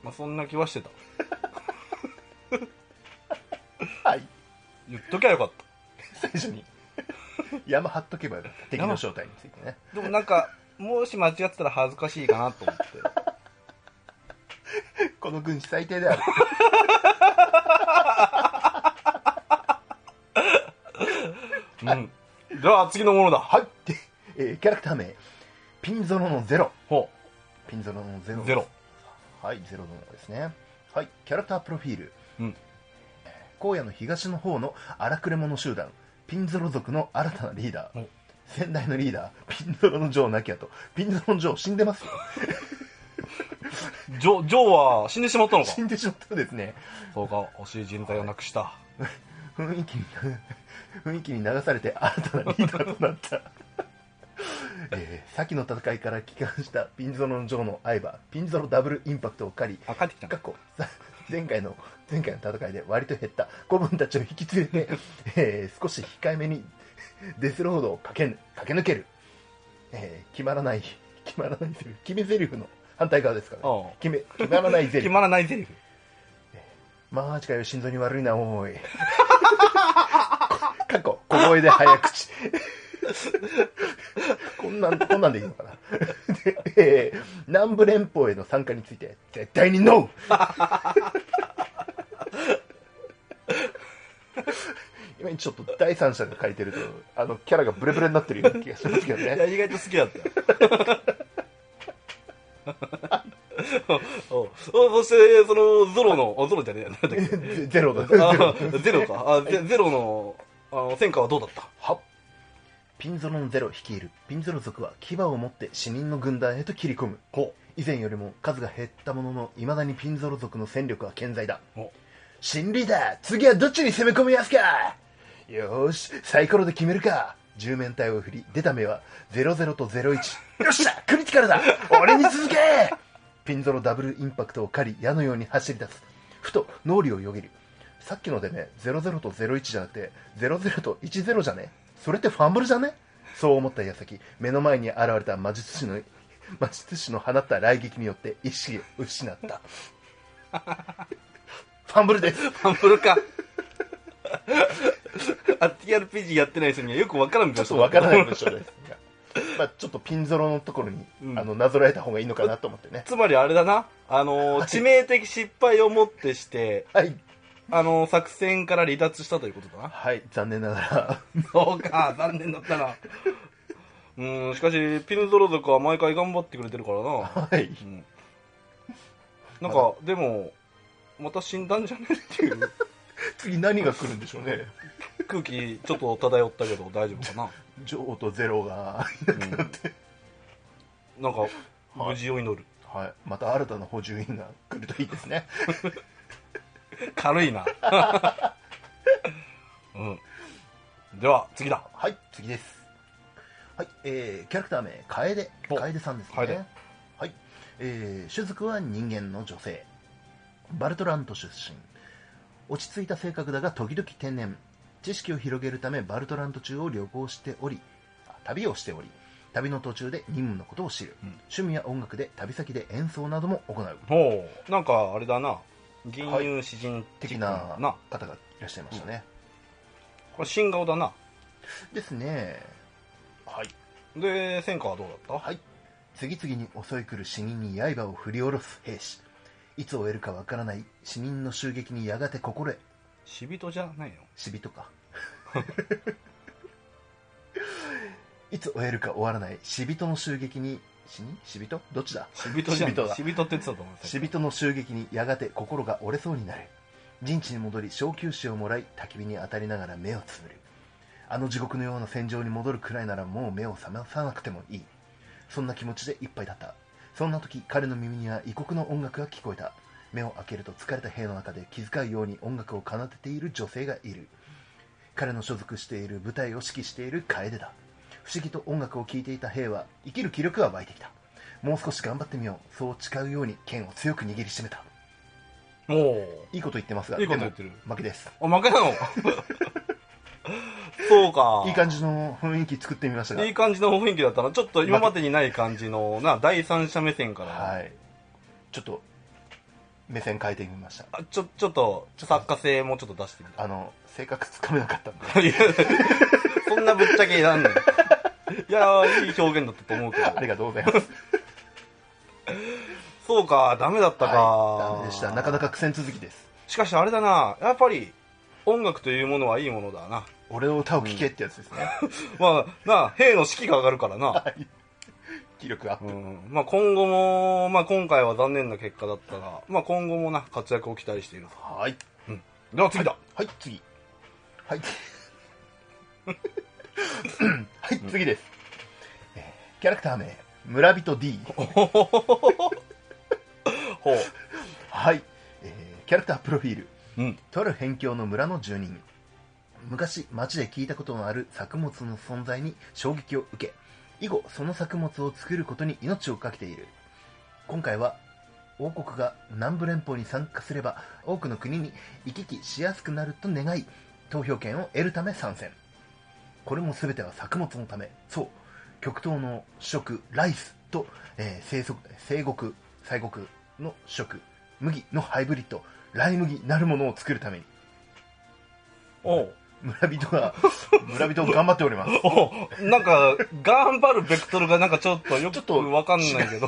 あそんな気はしてた
はい
言っときゃよかっ
最初に山張っとけばよかった敵の正体についてね
たでもなんかもし間違ってたら恥ずかしいかなと思って
この軍師最低である
うんでは次のもの だ
はい、えーキャラクター名ピンゾロのゼロ
ほ
ピンゾロのゼロ
うゼロ
はいゼロのですねはいキャラクタープロフィール
うん
荒野の東の方の荒くれ者集団ピンゾロ族の新たなリーダー
お
先代のリーダーピンゾロの女王なきゃとピンゾロの女王死んでますよ
ジョジョーは死んでしまったのか
死んでしまったんですね
そうか惜しい人体をなくした
雰囲気に雰囲気に流されて新たなリーダーとなった、えー先の戦いから帰還したピンゾロの女王の相葉ピンゾロダブルインパクトを狩り
あ帰ってきた
過
の
去さ前回の前回の戦いで割と減った子分たちを引き連れて、えー少し控えめにデスロードを駆け駆け抜ける、えー決まらない決まらないセリフ決めゼリフの反対側ですから、
ああ
決め決まらないゼリ
決
フ
まらないゼリフ
マジかよ心臓に悪いなおい こ過去小声で早口 こんなんこんなん でいいのかなで、えー南部連邦への参加について絶対にノー 今ちょっと第三者が書いてるとあのキャラがブレブレになってるような気がしますけど
いや
ね
意外と好きだったよ おうおうそしてそのゾロのおゾロじゃねえやなんだっけ
ゼゼロだゼロ
あゼロかあゼゼロのあの戦果はどうだった
はピンゾロのゼロ率いるピンゾロ族は牙を持って死人の軍団へと切り込む以前よりも数が減ったもののいまだにピンゾロ族の戦力は健在だ
お
新リーダー次はどっちに攻め込みやすかよーしサイコロで決めるか10面体を振り出た目は00と01よっしゃクリティカルだ俺に続けピンゾロダブルインパクトを狩り矢のように走り出すふと脳裏をよぎるさっきのでね00と01じゃなくて00と10じゃねそれってファンブルじゃねそう思った矢先目の前に現れた魔術師の魔術師の放った雷撃によって意識を失ったファンブルです
ハンブル かあ TRPG やってない人にはよくわからん
ちょ
描
っとわからない文章です まあ、ちょっとピンゾロのところに、
うん
あのなぞらえた方がいいのかなと思ってね
つまりあれだな、あのー致命的失敗をもってして、
はい
あのー作戦から離脱したということだな。
はい残念ながら
そうか、残念だったな。うん、しかし、ピンゾロ族は毎回頑張ってくれてるからな。
はい
うんなんか、でも、また死んだんじゃねっていう
次何が来るんでしょうね
空気、ちょっと漂ったけど大丈夫かな。
女王とゼロが
うんなんか、無事を祈る。
はいまた新たな補充員が来るといいですね
軽いな。 うん。では、次だ。
はい次ですはいえー、キャラクター名楓
お
楓さんです
楓
ねはいえー、種族は人間の女性バルトラント出身落ち着いた性格だが時々天然知識を広げるためバルトラント中を旅行しておりあ旅をしており旅の途中で任務のことを知る、
うん
趣味や音楽で旅先で演奏なども行う
ほう。なんか、あれだな。銀融詩人チ
的
ックな。
な
な
方がいらっしゃいましたね、
これ、新顔だな。
ですねはい
で、戦果はどうだった
はい、次々に襲い来る死人に刃を振り下ろす兵士いつ終えるかわからない死人の襲撃にやがて心得
死人じゃないの
死人 かいつ終えるか終わらない死人の襲撃に死人死人どっちだ
死人じゃん。
死人だ
死人って言ってたと思う。
死人の襲撃にやがて心が折れそうになる陣地に戻り小休止をもらい焚き火に当たりながら目をつぶるあの地獄のような戦場に戻るくらいならもう目を覚まさなくてもいいそんな気持ちでいっぱいだったそんな時彼の耳には異国の音楽が聞こえた目を開けると疲れた兵の中で気遣うように音楽を奏でている女性がいる彼の所属している部隊を指揮している楓だ不思議と音楽を聴いていた兵は生きる気力が湧いてきたもう少し頑張ってみようそう誓うように剣を強く握りしめた
も
いいこと言ってますが
う、いいこと
で
言
も
ってる。
負けです
あ、負けなの そうか。
いい感じの雰囲気作ってみましたが
いい感じの雰囲気だったな。ちょっと今までにない感じの、な、第三者目線から、
はいちょっと目線変えてみました
あちょ、ちょっと、作家性もちょっと出してみた。
あの性格つかめなかったんで
いやそんなぶっちゃけいらんねん。いや、いい表現だったと思うけど
あ。りがとうござい ます
そうか、ダメだったか。
はいダメでしたなかなか苦戦続きです
しかしあれだな、やっぱり、音楽というものはいいものだな。
俺の歌を聴けってやつですね、
まあ、なあ、兵の士気が上がるからな。
気力アップ、
うん、まあ今後も、まあ今回は残念な結果だったが、まあ今後もな、活躍を期待している。
はい
では次だ。
はい次はい はい次です、えーキャラクター名村人 D
ほう。
はい、えーキャラクタープロフィール
うん。
とある辺境の村の住人昔町で聞いたことのある作物の存在に衝撃を受け以後その作物を作ることに命を懸けている今回は王国が南部連邦に参加すれば多くの国に行き来しやすくなると願い投票権を得るため参戦これも全ては作物のためそう極東の食ライスと、えー生息西国西国の食麦のハイブリッドライ麦なるものを作るために
おう。
村人 が村人を頑張っております
おうなんか、頑張るベクトルがなんかちょっとよ
ちょっ
く
と
わかんないけど。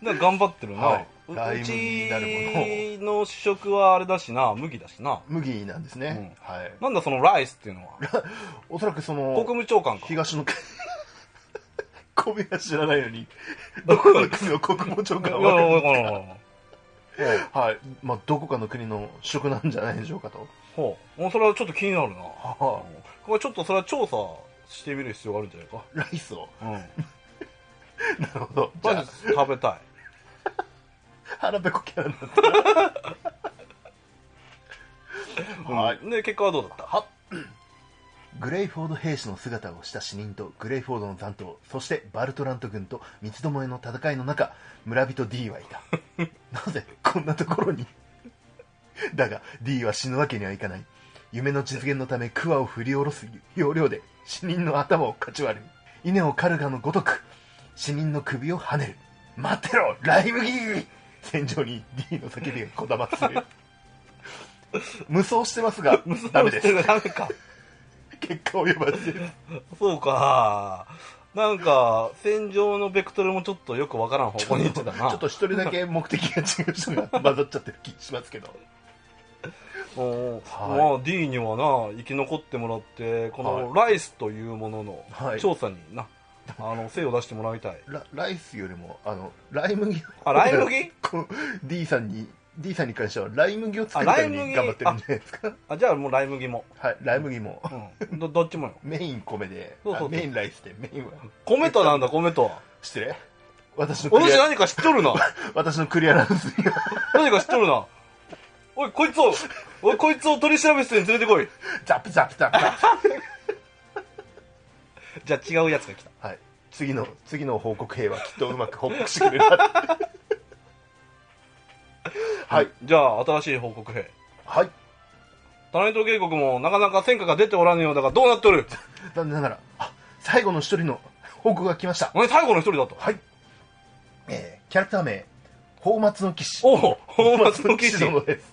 なんか頑張ってるな。
はいうライ
う
ムになる
ちの主食はあれだしな、麦だしな。
麦なんですね、はい
なんだそのライスっていうのは。
おそらくそ
国
の
務長官か。
東の 米は知らないのにどこの国の国防長官
いやいや
は
わからんわからん
はい、まあ、どこかの国の主食なんじゃないでしょうかと、
ほう。もうそれはちょっと気になるな。
は
これちょっとそれは調査してみる必要があるんじゃないか。
あ、ライスを
うん。
なるほ どじ
ま
ゃ
ず食べたい。
あ腹ペコキャラになっ
う
た
ん
はい
で、結果はどうだった
はグレイフォード兵士の姿をした死人とグレイフォードの残党そしてバルトラント軍と三つどもえの戦いの中村人 D はいた なぜこんなところに だが D は死ぬわけにはいかない夢の実現のためクワを振り下ろす要領で死人の頭をかち割る稲を狩るがのごとく死人の首を跳ねる待ってろライ麦戦場に D の叫びがこだ まする無双してますがダメです
ダメか。
結果及ばずです
そうかなんか戦場のベクトルもちょっとよくわからん方向に行ってたな
ちょっと一人だけ目的が違う人が 混ざっちゃってる気しますけど
おー
はい
まあ D にはな生き残ってもらってこのライスというものの
はい
調査に な、あの精を出してもらいたい
ラライスよりもあのライ麦
あライ麦
この D さんに D さんに関してはライ麦を作るため
あライ
に
麦
頑張ってるんじゃないですか
あじゃあもうライ麦も、
はいライ麦も
うん、どどっちもよ
メイン米で
そうそうそう
あメインライスでメインは
米となんだ米と
失礼私のクリ
私
ア
何か知っと るな
私のクリアランスが
何か知っとるなおいこいつをおいこいつを取り調べ室に連れてこい
ザップザップザップザッ
じゃあ違うやつが来た
プはい次の次の報告兵はきっとうまく報告してくれるは ずはい
じゃあ新しい報告兵
はい
タネット渓谷もなかなか戦果が出ておらぬようだがどうなっ とる
残念ながらあ最後の一人の報告が来ました
お前最後の一人だと
はい、えー、キャラクター名宝松の騎士
おお本松の騎士
殿です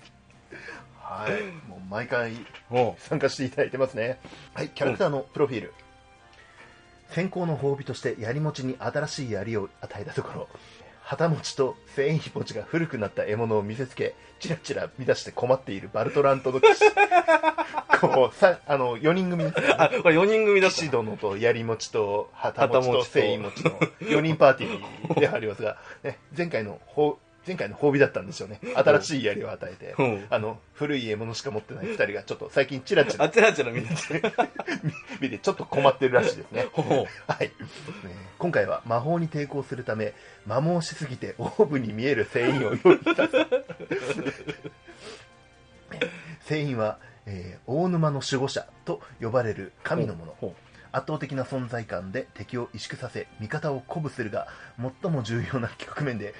はいもう毎回
おう
参加していただいてますねはいキャラクターのプロフィール、先行の褒美として槍持ちに新しい槍を与えたところ旗持ちと繊維持ちが古くなった獲物を見せつけチラチラ乱して困っているバルトラントの騎 士こうさあの4人組ですね
あこれ4人組だ
騎
し
士殿と槍持ちと旗持ちと
旗
繊維持ち
持
の4人パーティーではありますが、ね、前回のほう前回の褒美だったんでしょうね新しい槍を与えて、
うん
あの古い獲物しか持ってない2人がちょっと最近チラチ
あ
ラ
ちらちらみんな
見てちょっと困ってるらしいですね
ほう
はい、ね今回は魔法に抵抗するため摩耗しすぎてオーブに見える船員を用意した船員は、えー大沼の守護者と呼ばれる神のもの
ほ
圧倒的な存在感で敵を萎縮させ味方を鼓舞するが最も重要な局面で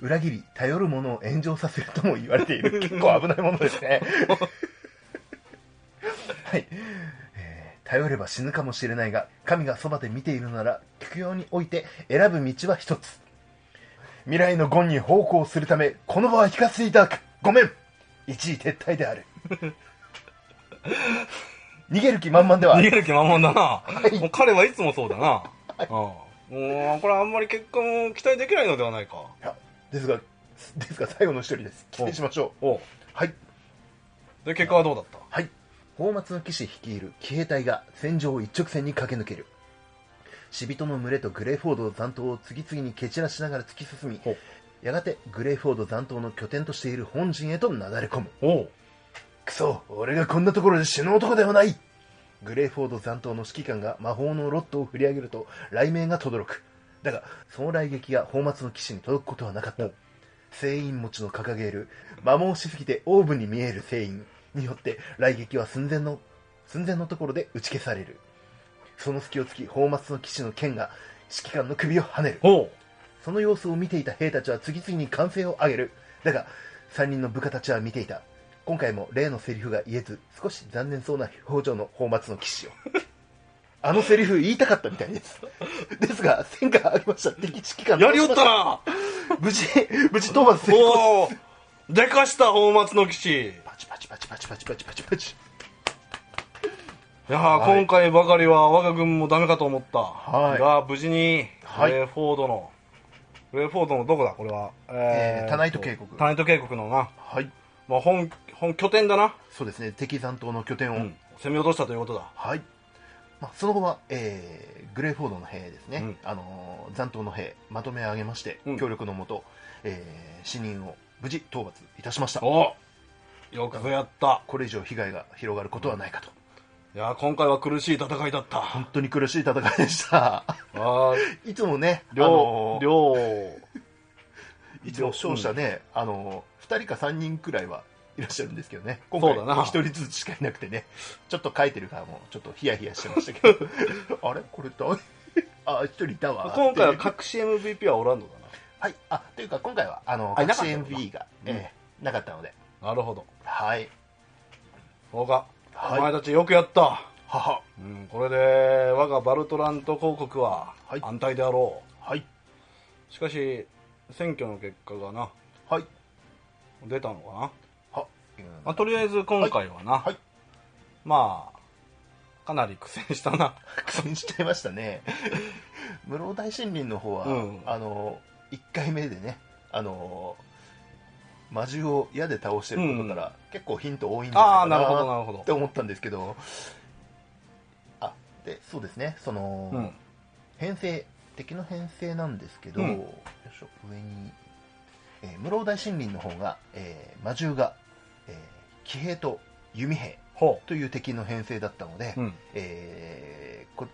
裏切り頼る者を炎上させるとも言われている結構危ないものですねはい、えー頼れば死ぬかもしれないが神がそばで見ているなら聞くようにおいて選ぶ道は一つ未来のゴンに奉公するためこの場は引かせていただくごめん一時撤退である逃げる気満々ではあ
逃
る
げる気満々だな、
い
もう彼はいつもそうだな、うんもうこれあんまり結果も期待できないのではないか
いやですがですが最後の一人です期待しましょう
おう
はい
で結果はどうだった
はい宝松の騎士率いる騎兵隊が戦場を一直線に駆け抜ける死人の群れとグレーフォードの残党を次々に蹴散らしながら突き進み
ほう
やがてグレーフォード残党の拠点としている本陣へとなだれ込む
おう
クソ俺がこんなところで死ぬ男ではないグレーフォード残党の指揮官が魔法のロットを振り上げると雷鳴が轟くだがその雷撃が宝松の騎士に届くことはなかった聖員持ちの掲げる摩耗しすぎてオーブに見える聖員によって雷撃は寸前の寸前のところで打ち消されるその隙を突き宝松の騎士の剣が指揮官の首を跳ねる
おう
その様子を見ていた兵たちは次々に歓声を上げる。だが、3人の部下たちは見ていた。今回も例のセリフが言えず、少し残念そうな表情の宝松の騎 士を。あのセリフ言いたかったみたいです。ですが、戦果がありました。敵指揮官
やりおったな
無事、無事、討伐成功。
おおでかした宝松の騎士い
パチパチパチパチパチパチパチパチ。
やー、
はい
今回ばかりは我が軍もダメかと思った、
はい
が無事に
はい
グレーフォードの、グレーフォードのどこだこれは
えータナイト渓谷
タナイト渓谷のな、
はい。
まあ、本本拠点だな、
そうですね、敵残党の拠点を。
うん、攻め落としたということだ
はい。まあ、その後は、えーグレーフォードの兵ですね、
うん
あのー残党の兵、まとめ上げまして、
うん
協力のもと、えー死人を無事討伐いたしました。
およくぞやった
これ以上被害が広がることはないかと。
いやー今回は苦しい戦いだったあ
本当に苦しい戦いでした。
ー
いつもね、あ
両
のー
両
いつも勝者ね、あのー、2人か3人くらいはいらっしゃるんですけどね、今
そうだな
1人ずつしかいなくてね、ちょっと書いてるからもうちょっとヒヤヒヤしてましたけ ど、あれこれ誰 あ、1人いたわっていう。
今回は隠し MVP はおらんのだ
はい、あというか今回はあの
あい
隠
な
し
かったのか
MV が、
うん
ええなかったので、
ななるほど
はい、
そうか、
はい
お前たちよくやった、
はは、
うん、これで我がバルトラント公国は
はい
安泰であろう、
はい、
しかし選挙の結果がな
はい、
出たのかな、
は、
まあ、とりあえず今回はな、
はい
まあかなり苦戦したな
苦戦しちゃいましたね 室大森林の方は、
うん
あの1回目でねあの魔獣を矢で倒してることから、結構ヒント多いんじ
あ
ゃ
あー
な
ないる
か
ほど
な
なるほど
って思ったんですけどあでそうですねその、
うん
編成敵の編成なんですけど、
うん
よいしょ上に、えー室大森林の方が、えー魔獣が、えー騎兵と弓兵
ほ
という敵の編成だったので、
ううん
えーこれ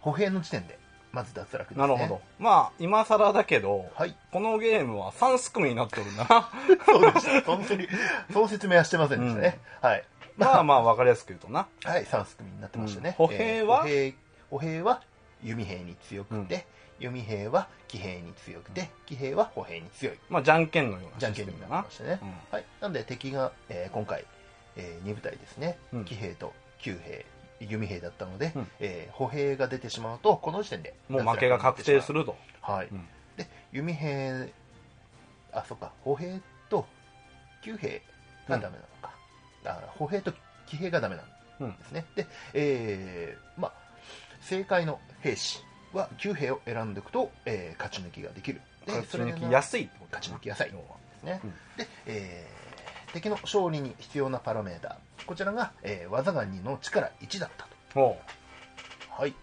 歩兵の時点でまず脱落です
な
ね
るほどまあ今更だけど
はい
このゲームは3すくみになってるんだな
そうでした本当にそう説明はしてませんでしたね、はい
まあまあ分かりやすく言うとな
はい、3組になってましたね。
うん歩兵は
えー歩兵歩兵は弓兵に強くて、弓兵は騎兵に強くて、騎兵は歩兵に強い。
まあじゃんけんのような
じゃん
シ
け
ス
ん
テ
に
ム
な
だ
ってま
な
したね。
うん
はい、なんで敵が、えー今回、え2部隊ですね、
うん
騎兵と弓兵、弓兵だったので、
うん
えー歩兵が出てしまうと、この時点で
もう負けが確定す
る。
ると
はい。
うん
で、弓兵、あ、そっか、歩兵と弓兵がダメなのか。だから歩兵と騎兵がダメなんですね。で、えーまあ、正解の兵士は弓兵を選んでおくと、えー勝ち抜きができる。で
勝ち抜
それ
き
が
やすいってことだ
勝ち抜きやすい
要は
ですね。
うん
で、えー敵の勝利に必要なパラメータこちらが、えー技が2の力1だったと。
ほ
はい。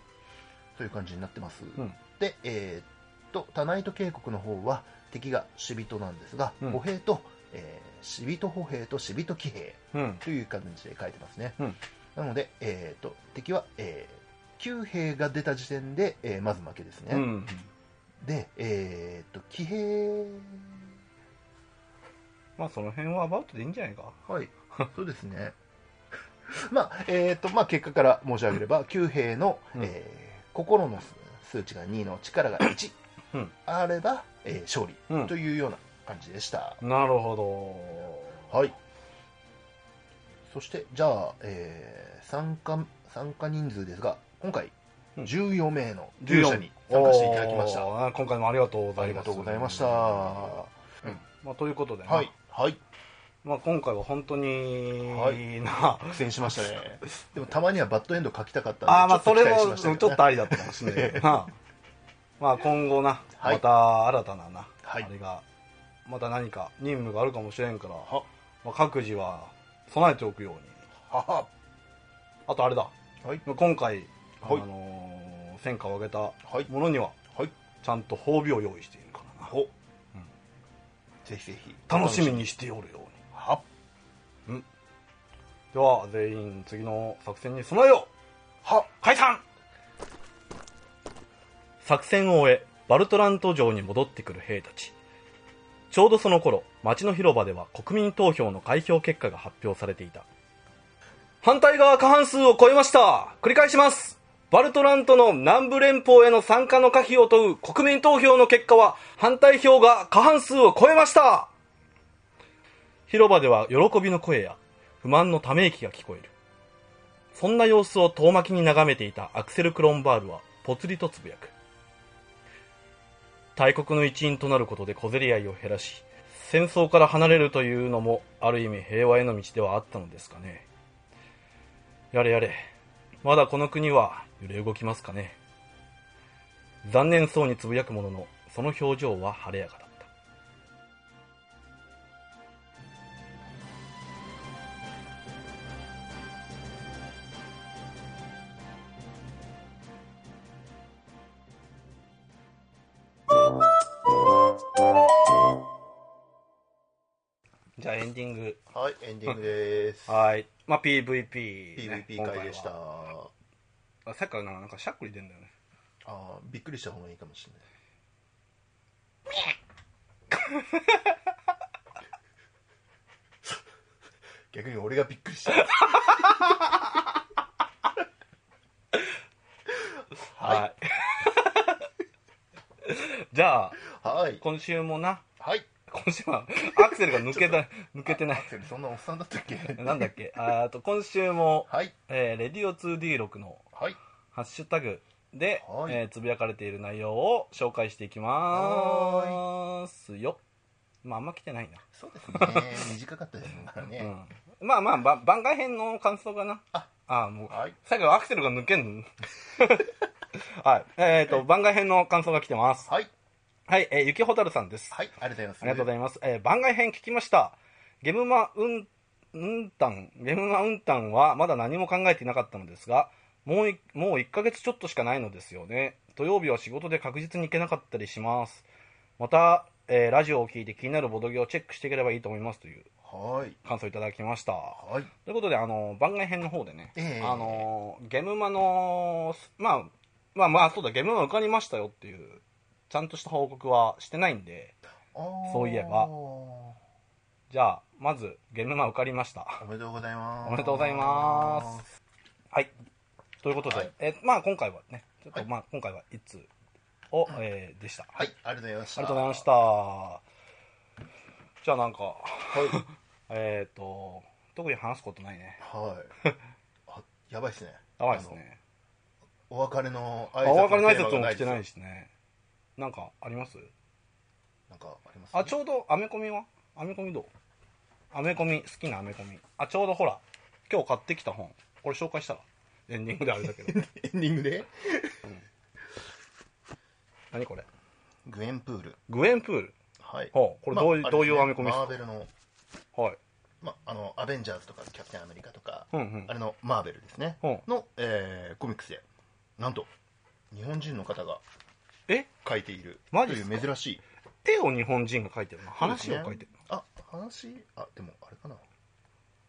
という感じになってます。
うん
で、えーっと、タナイト渓谷の方は敵がシビトなんですが、
うん
歩兵と、えーシビト歩兵とシビト騎兵
ううん
という感じで書いてますね。
うん
なので、えーっと、敵は、えー、9兵が出た時点で、えーまず負けですね。
うん
で、えーっと、騎兵、
まあその辺はアバウトでいいんじゃないか
はい、そうですね。 まあ、えーと、まあ、結果から申し上げれ ば、9兵の、
うん
えー心の数値が2の力が1
うん
あれば、えー勝利
うん
というような感じでした。
なるほど
はい。そして、じゃあ、えー参加、参加人数ですが、今回、
うん
14名の
14
従者に参加していただきました。
おー今回もありがとうござ
あ
い
り
ます
がとうございました。は
まあ、ということでね、
い。はい。
まあ、今回は本当に、
はい
な
苦戦しましたね。でも、たまにはバッドエンド書きたかったんで、
あーま あ
ちょ
そ
っと期
れ
待し
も
ました
ち
けど
ょ
ね
っとありだったかもしれな いけどなまあ今後な
はい
また新たなな、
はい
あれがまた何か任務があるかもしれんから、
は
まあ、各自は備えておくように
は
あとあれだ
は。はい。
今
は
回、
い
あのー戦果を上げた
はい。
ものには
はい。
ちゃんと褒美を用意しているから
ほ。ぜひぜひ。
な楽しみ。にしておるように
は
では全員次の作戦に備えよう
は
解散作戦を終えバルトラント城に戻ってくる兵たちちょうどその頃町の広場では国民投票の開票結果が発表されていた反対側過半数を超えました繰り返しますバルトラントの南部連邦への参加の可否を問う国民投票の結果は反対票が過半数を超えました広場では喜びの声や不満のため息が聞こえるそんな様子を遠巻きに眺めていたアクセル・クロンバールはぽつりとつぶやく。大国の一員となることで小競り合いを減らし、戦争から離れるというのもある意味平和への道ではあったのですかね。やれやれ、まだこの国は揺れ動きますかね。残念そうにつぶやくものの、その表情は晴れやかだった。じゃあエンディング。
はい、エンディングです。
はい。まあ PVP、ね。
PVP 会でした。
今
あ
回は。さっきからなんかしゃっくり出んだよね。
ーびっくりした方がいいかも しれない。逆に俺がびっくりした。は
はい。 じゃあ、
い。はい。
今週もな、
はい。
今週は、アクセルが抜けた、抜けてない。
そんなおっさんだったっけ
なんだっ け、あーと、今週も、
はい。
えーレディオ 2D6 の
はい。
ハッシュタグで、
はい
えーつぶやかれている内容を紹介していきまーすよ。まあ、あんま来てないな。
そうですね。短かったですからね。
うん。まあまあば番外編の感想かなああもう、
はい
最後アクセルが抜けん のはいえっ、と番外編の感想が来てます
はい
はい、えー、ゆきほたるさんです
はいありがとうございます
ありがとうござ
い
います。えー番外編聞きました。ゲムマうん、うんたん、ゲムマうんたんはまだ何も考えていなかったのですが、もうい、もう1ヶ月ちょっとしかないのですよね。土曜日は仕事で確実に行けなかったりします。また、えーラジオを聞いて気になるボドゲをチェックしていければいいと思いますという
はい
感想をいただきました。
はい
ということで、あの、番外編の方でね、
ええ
あの、ゲムマの、まあ、まあまあ、そうだ、ゲムマ受かりましたよっていう、ちゃんとした報告はしてないんで、
あー
そういえばじゃあ、まず、ゲームマ受かりました。
おめでとうございます
おめでとうございますはい。ということで、
はい
え、まあ今回はね、ちょっと、
はい
まあ今回は一通を、えーでした。
はいありがとうございまし
あ
た
りがとうございました。じゃあなんか、えっと、特に話すことないね。
はいあやばいですね
やばいですね。
あのお別れの挨
あ、
拶
お別れの挨拶も来
来
てないいしね。なんかあります
なんかあります
あ、ちょうどアメコミはアメコミどうアメコミ、好きなアメコミ。あ、ちょうどほら、今日買ってきた本、これ紹介したら。エンディングであれ だけど。
エンディングで
何これ
グエンプール
グエンプール。
はい
ほうこれどういう
まあ
どういう
あ
ア
れ
メ
で
コ
す
ミ
ね
ですか
マーベルの
はい。
まあのアベンジャーズとかキャプテンアメリカとか
うんうん
あ。れのマーベルですね
ほう
のえーコミックスでなんと日本人の方が
え
書いている
マ
と
ジ
い
っすか
う珍しい
絵を日本人が描いてるの話を描いてるの、
あ話あでもあれかな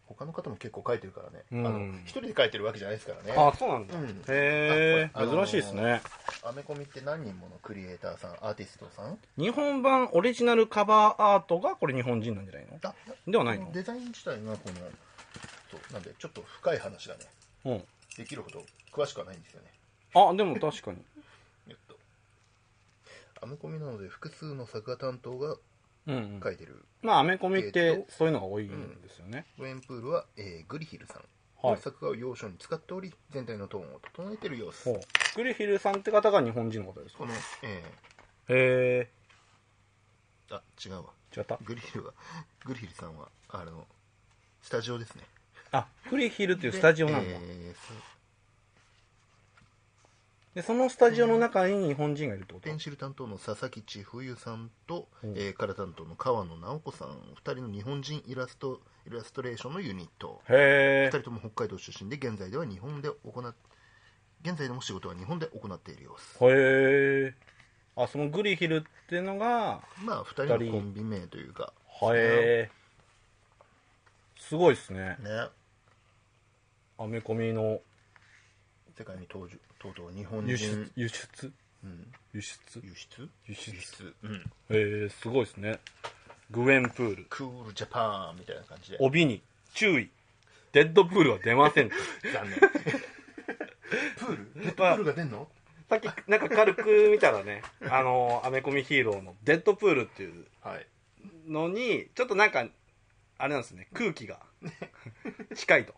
他の方も結構書いてるからね、
うん
あの一人で書いてるわけじゃないですからね
あ、そうなんだ。
うん
へ
あ
え、
これ
珍しいですね。
アメコミって何人ものクリエイターさんアーティストさん
日本版オリジナルカバーアートがこれ日本人なんじゃないの
あ
ではないの
デザイン自体がこのそうなんでちょっと深い話がね
うん。
できるほど詳しくはないんですよね
あ、でも確かに。
えっとアメコミなので複数の作画担当が
うん、うん
書いてる、
まあ、アメコミっ
え
て
ーと
そういうのが多いんですよね。
ウェンプールは、えーグリヒルさん
は
の
い
作画を要所に使っており全体のトーンを整えてる様子
ほう。グリヒルさんって方が日本人の方ですか
この、え
へえ、
ーあ違うわ
違った
グリヒルは、グリヒルさんは、あの、スタジオですね。
あ、グリヒルっていうスタジオなんだ。
でえーそう
で、そのスタジオの中に日本人がいるってこと
ペンシル担当の佐々木千冬さんと、
うん
えーカラー担当の川野直子さん、2人の日本人イラスト、イラストレーションのユニット。
へ
2人、
え
とも北海道出身で、現在では日本で行っ、現在でも仕事は日本で行っている様子。
へえ。あ、そのグリヒルってのが、
まあ、2人のコンビ名というか、
はえー、すごいですね
ね、
アメコミの
世界に登場、とうとう日本
輸出
人、
輸出
うん、
輸出
輸出
輸出
輸出、うん、
えー、すごいですねグエンプール
クールジャパンみたいな感じで、
帯に注意デッドプールは出ません
残 念プールプ
まあ
ールが出んの
さっきなんか軽く見たらねあのアメコミヒーローのデッドプールっていう
はい
のにちょっとなんかあれなんですね空気 が近いと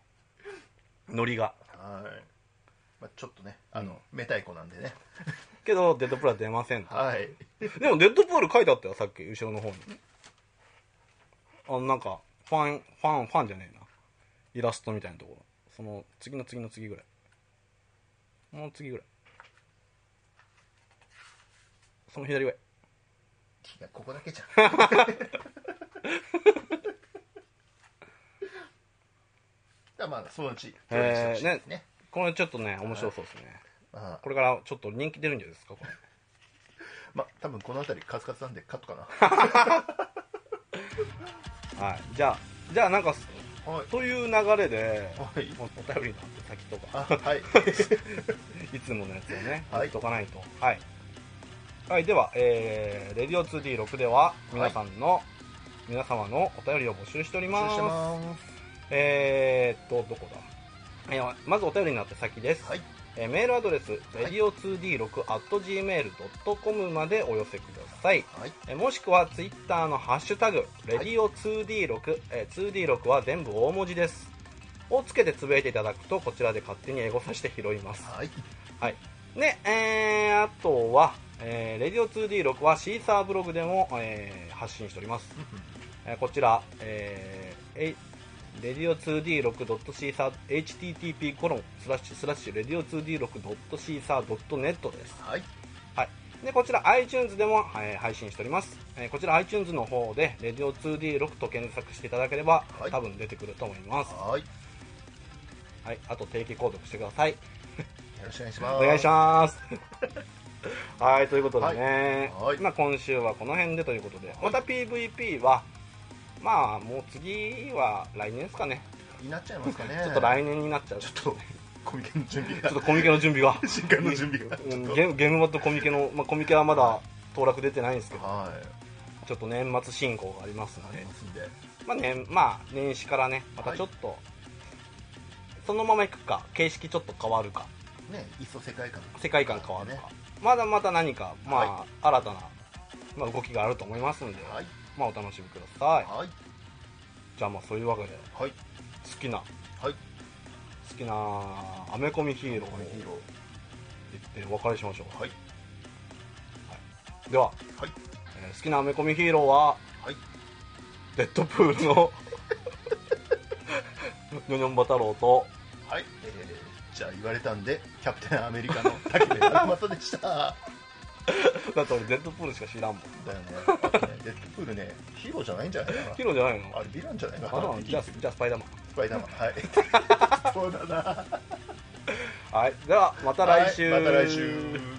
ノリが
はい、まあ、ちょっとねあの、めたい子なんでね
けどデッドプールは出ませんと
はい
でも、デッドプール書いてあったよ、さっき、後ろの方に。あの、なんか、ファン、ファン、ファンじゃねえな。イラストみたいなところ。その、次の次の次ぐらい。もう次ぐらい。その左上。
いやここだけじ ゃんだまあそのうち共演してほしいですね,、
これちょっとね、面白そうですね。
まあ、
これからちょっと人気出るんじゃないですか、これ。
まあ多分この辺りカツカツなんでカットか
はい。じゃあ、じゃあなんか、
なはい
そういう流れで、
はい
お便りの先とか。
あはい
いつものやつをね、
はい
言っとかないと。はい。はい、では、えー、レディオ 2D6 では、皆さんの、皆様のお便りを募集しており
失
ま
礼
す。
します
えーっと、どこだえーまずお便りになって先です。
はい
えーメールアドレス、radio2d6.gmail.com までお寄せください。
はい
えーもしくはツイッターのハッシュタグ、レディオ 2D6、えー 2D6 は全部大文字です。をつけてつぶやいていただくと、こちらで勝手にエゴさして拾います。
はい
ね、えー、あとは、えー、レディオ 2D6 はシーサーブログでも、えー発信しております。えーこちら、えー、レディオ 2D6.caesar.http コロンスラッシュスラッシュレディオ 2D6.caesar.net です。
はい
はい、でこちら iTunes でも、えー配信しております、えーこちら iTunes の方で「レディオ 2D6」と検索していただければ、
はい
多分出てくると思います、
はいよ
はい、あと定期購読してください
ろしくお願いします
お願いします はいということでね、
はいはい
まあ、今週はこの辺でということでまた PVP はまあもう次は来年ですかね
になっちゃいますかね
ちょっと来年になっちゃう
ち
ち
ょっ
ょ
とコミケの準備が
っとコミケの準備が
新刊の準備が
う
ちょ
ん
っと
ゲームバとコミケの、まあ、コミケはまだ当落出てないんですけど
はい
ちょっと年末進行がありますの
あり
で
ますんで
まあね、まあ、年始からね、またちょっと、そのまま行くか、形式ちょっと変わるか、
ねいっそ世界観
世界観変わるか、
ね
まだまた何か、まあ、
は
新たな、まあ、動きがあると思いますので、
はい
まあ、お楽しみください。
はい
じゃあ、まあ、そういうわけで、
はい
好きな、
はい
好きな、アメコミヒーローを
このヒー
言
ロ
ってお別れしましょ
ーはい
う。では、
はい
えー好きなアメコミヒーローは、
はい
デッドプールの、 ニョニョンバ太郎と、
はい、えー、じゃあ言われたんでキャプテンアメリ カの竹部正でした
だって俺デッドプールしか知らんもん。
だよねデッドプールねヒーローじゃないんじゃないか
ヒーローじゃないの
なあれヴィランじゃないか
あ
な
じゃあじゃあスパイダーマ
スパイダーマンはい そうだな
ンはいではまた来週、
はいまた来週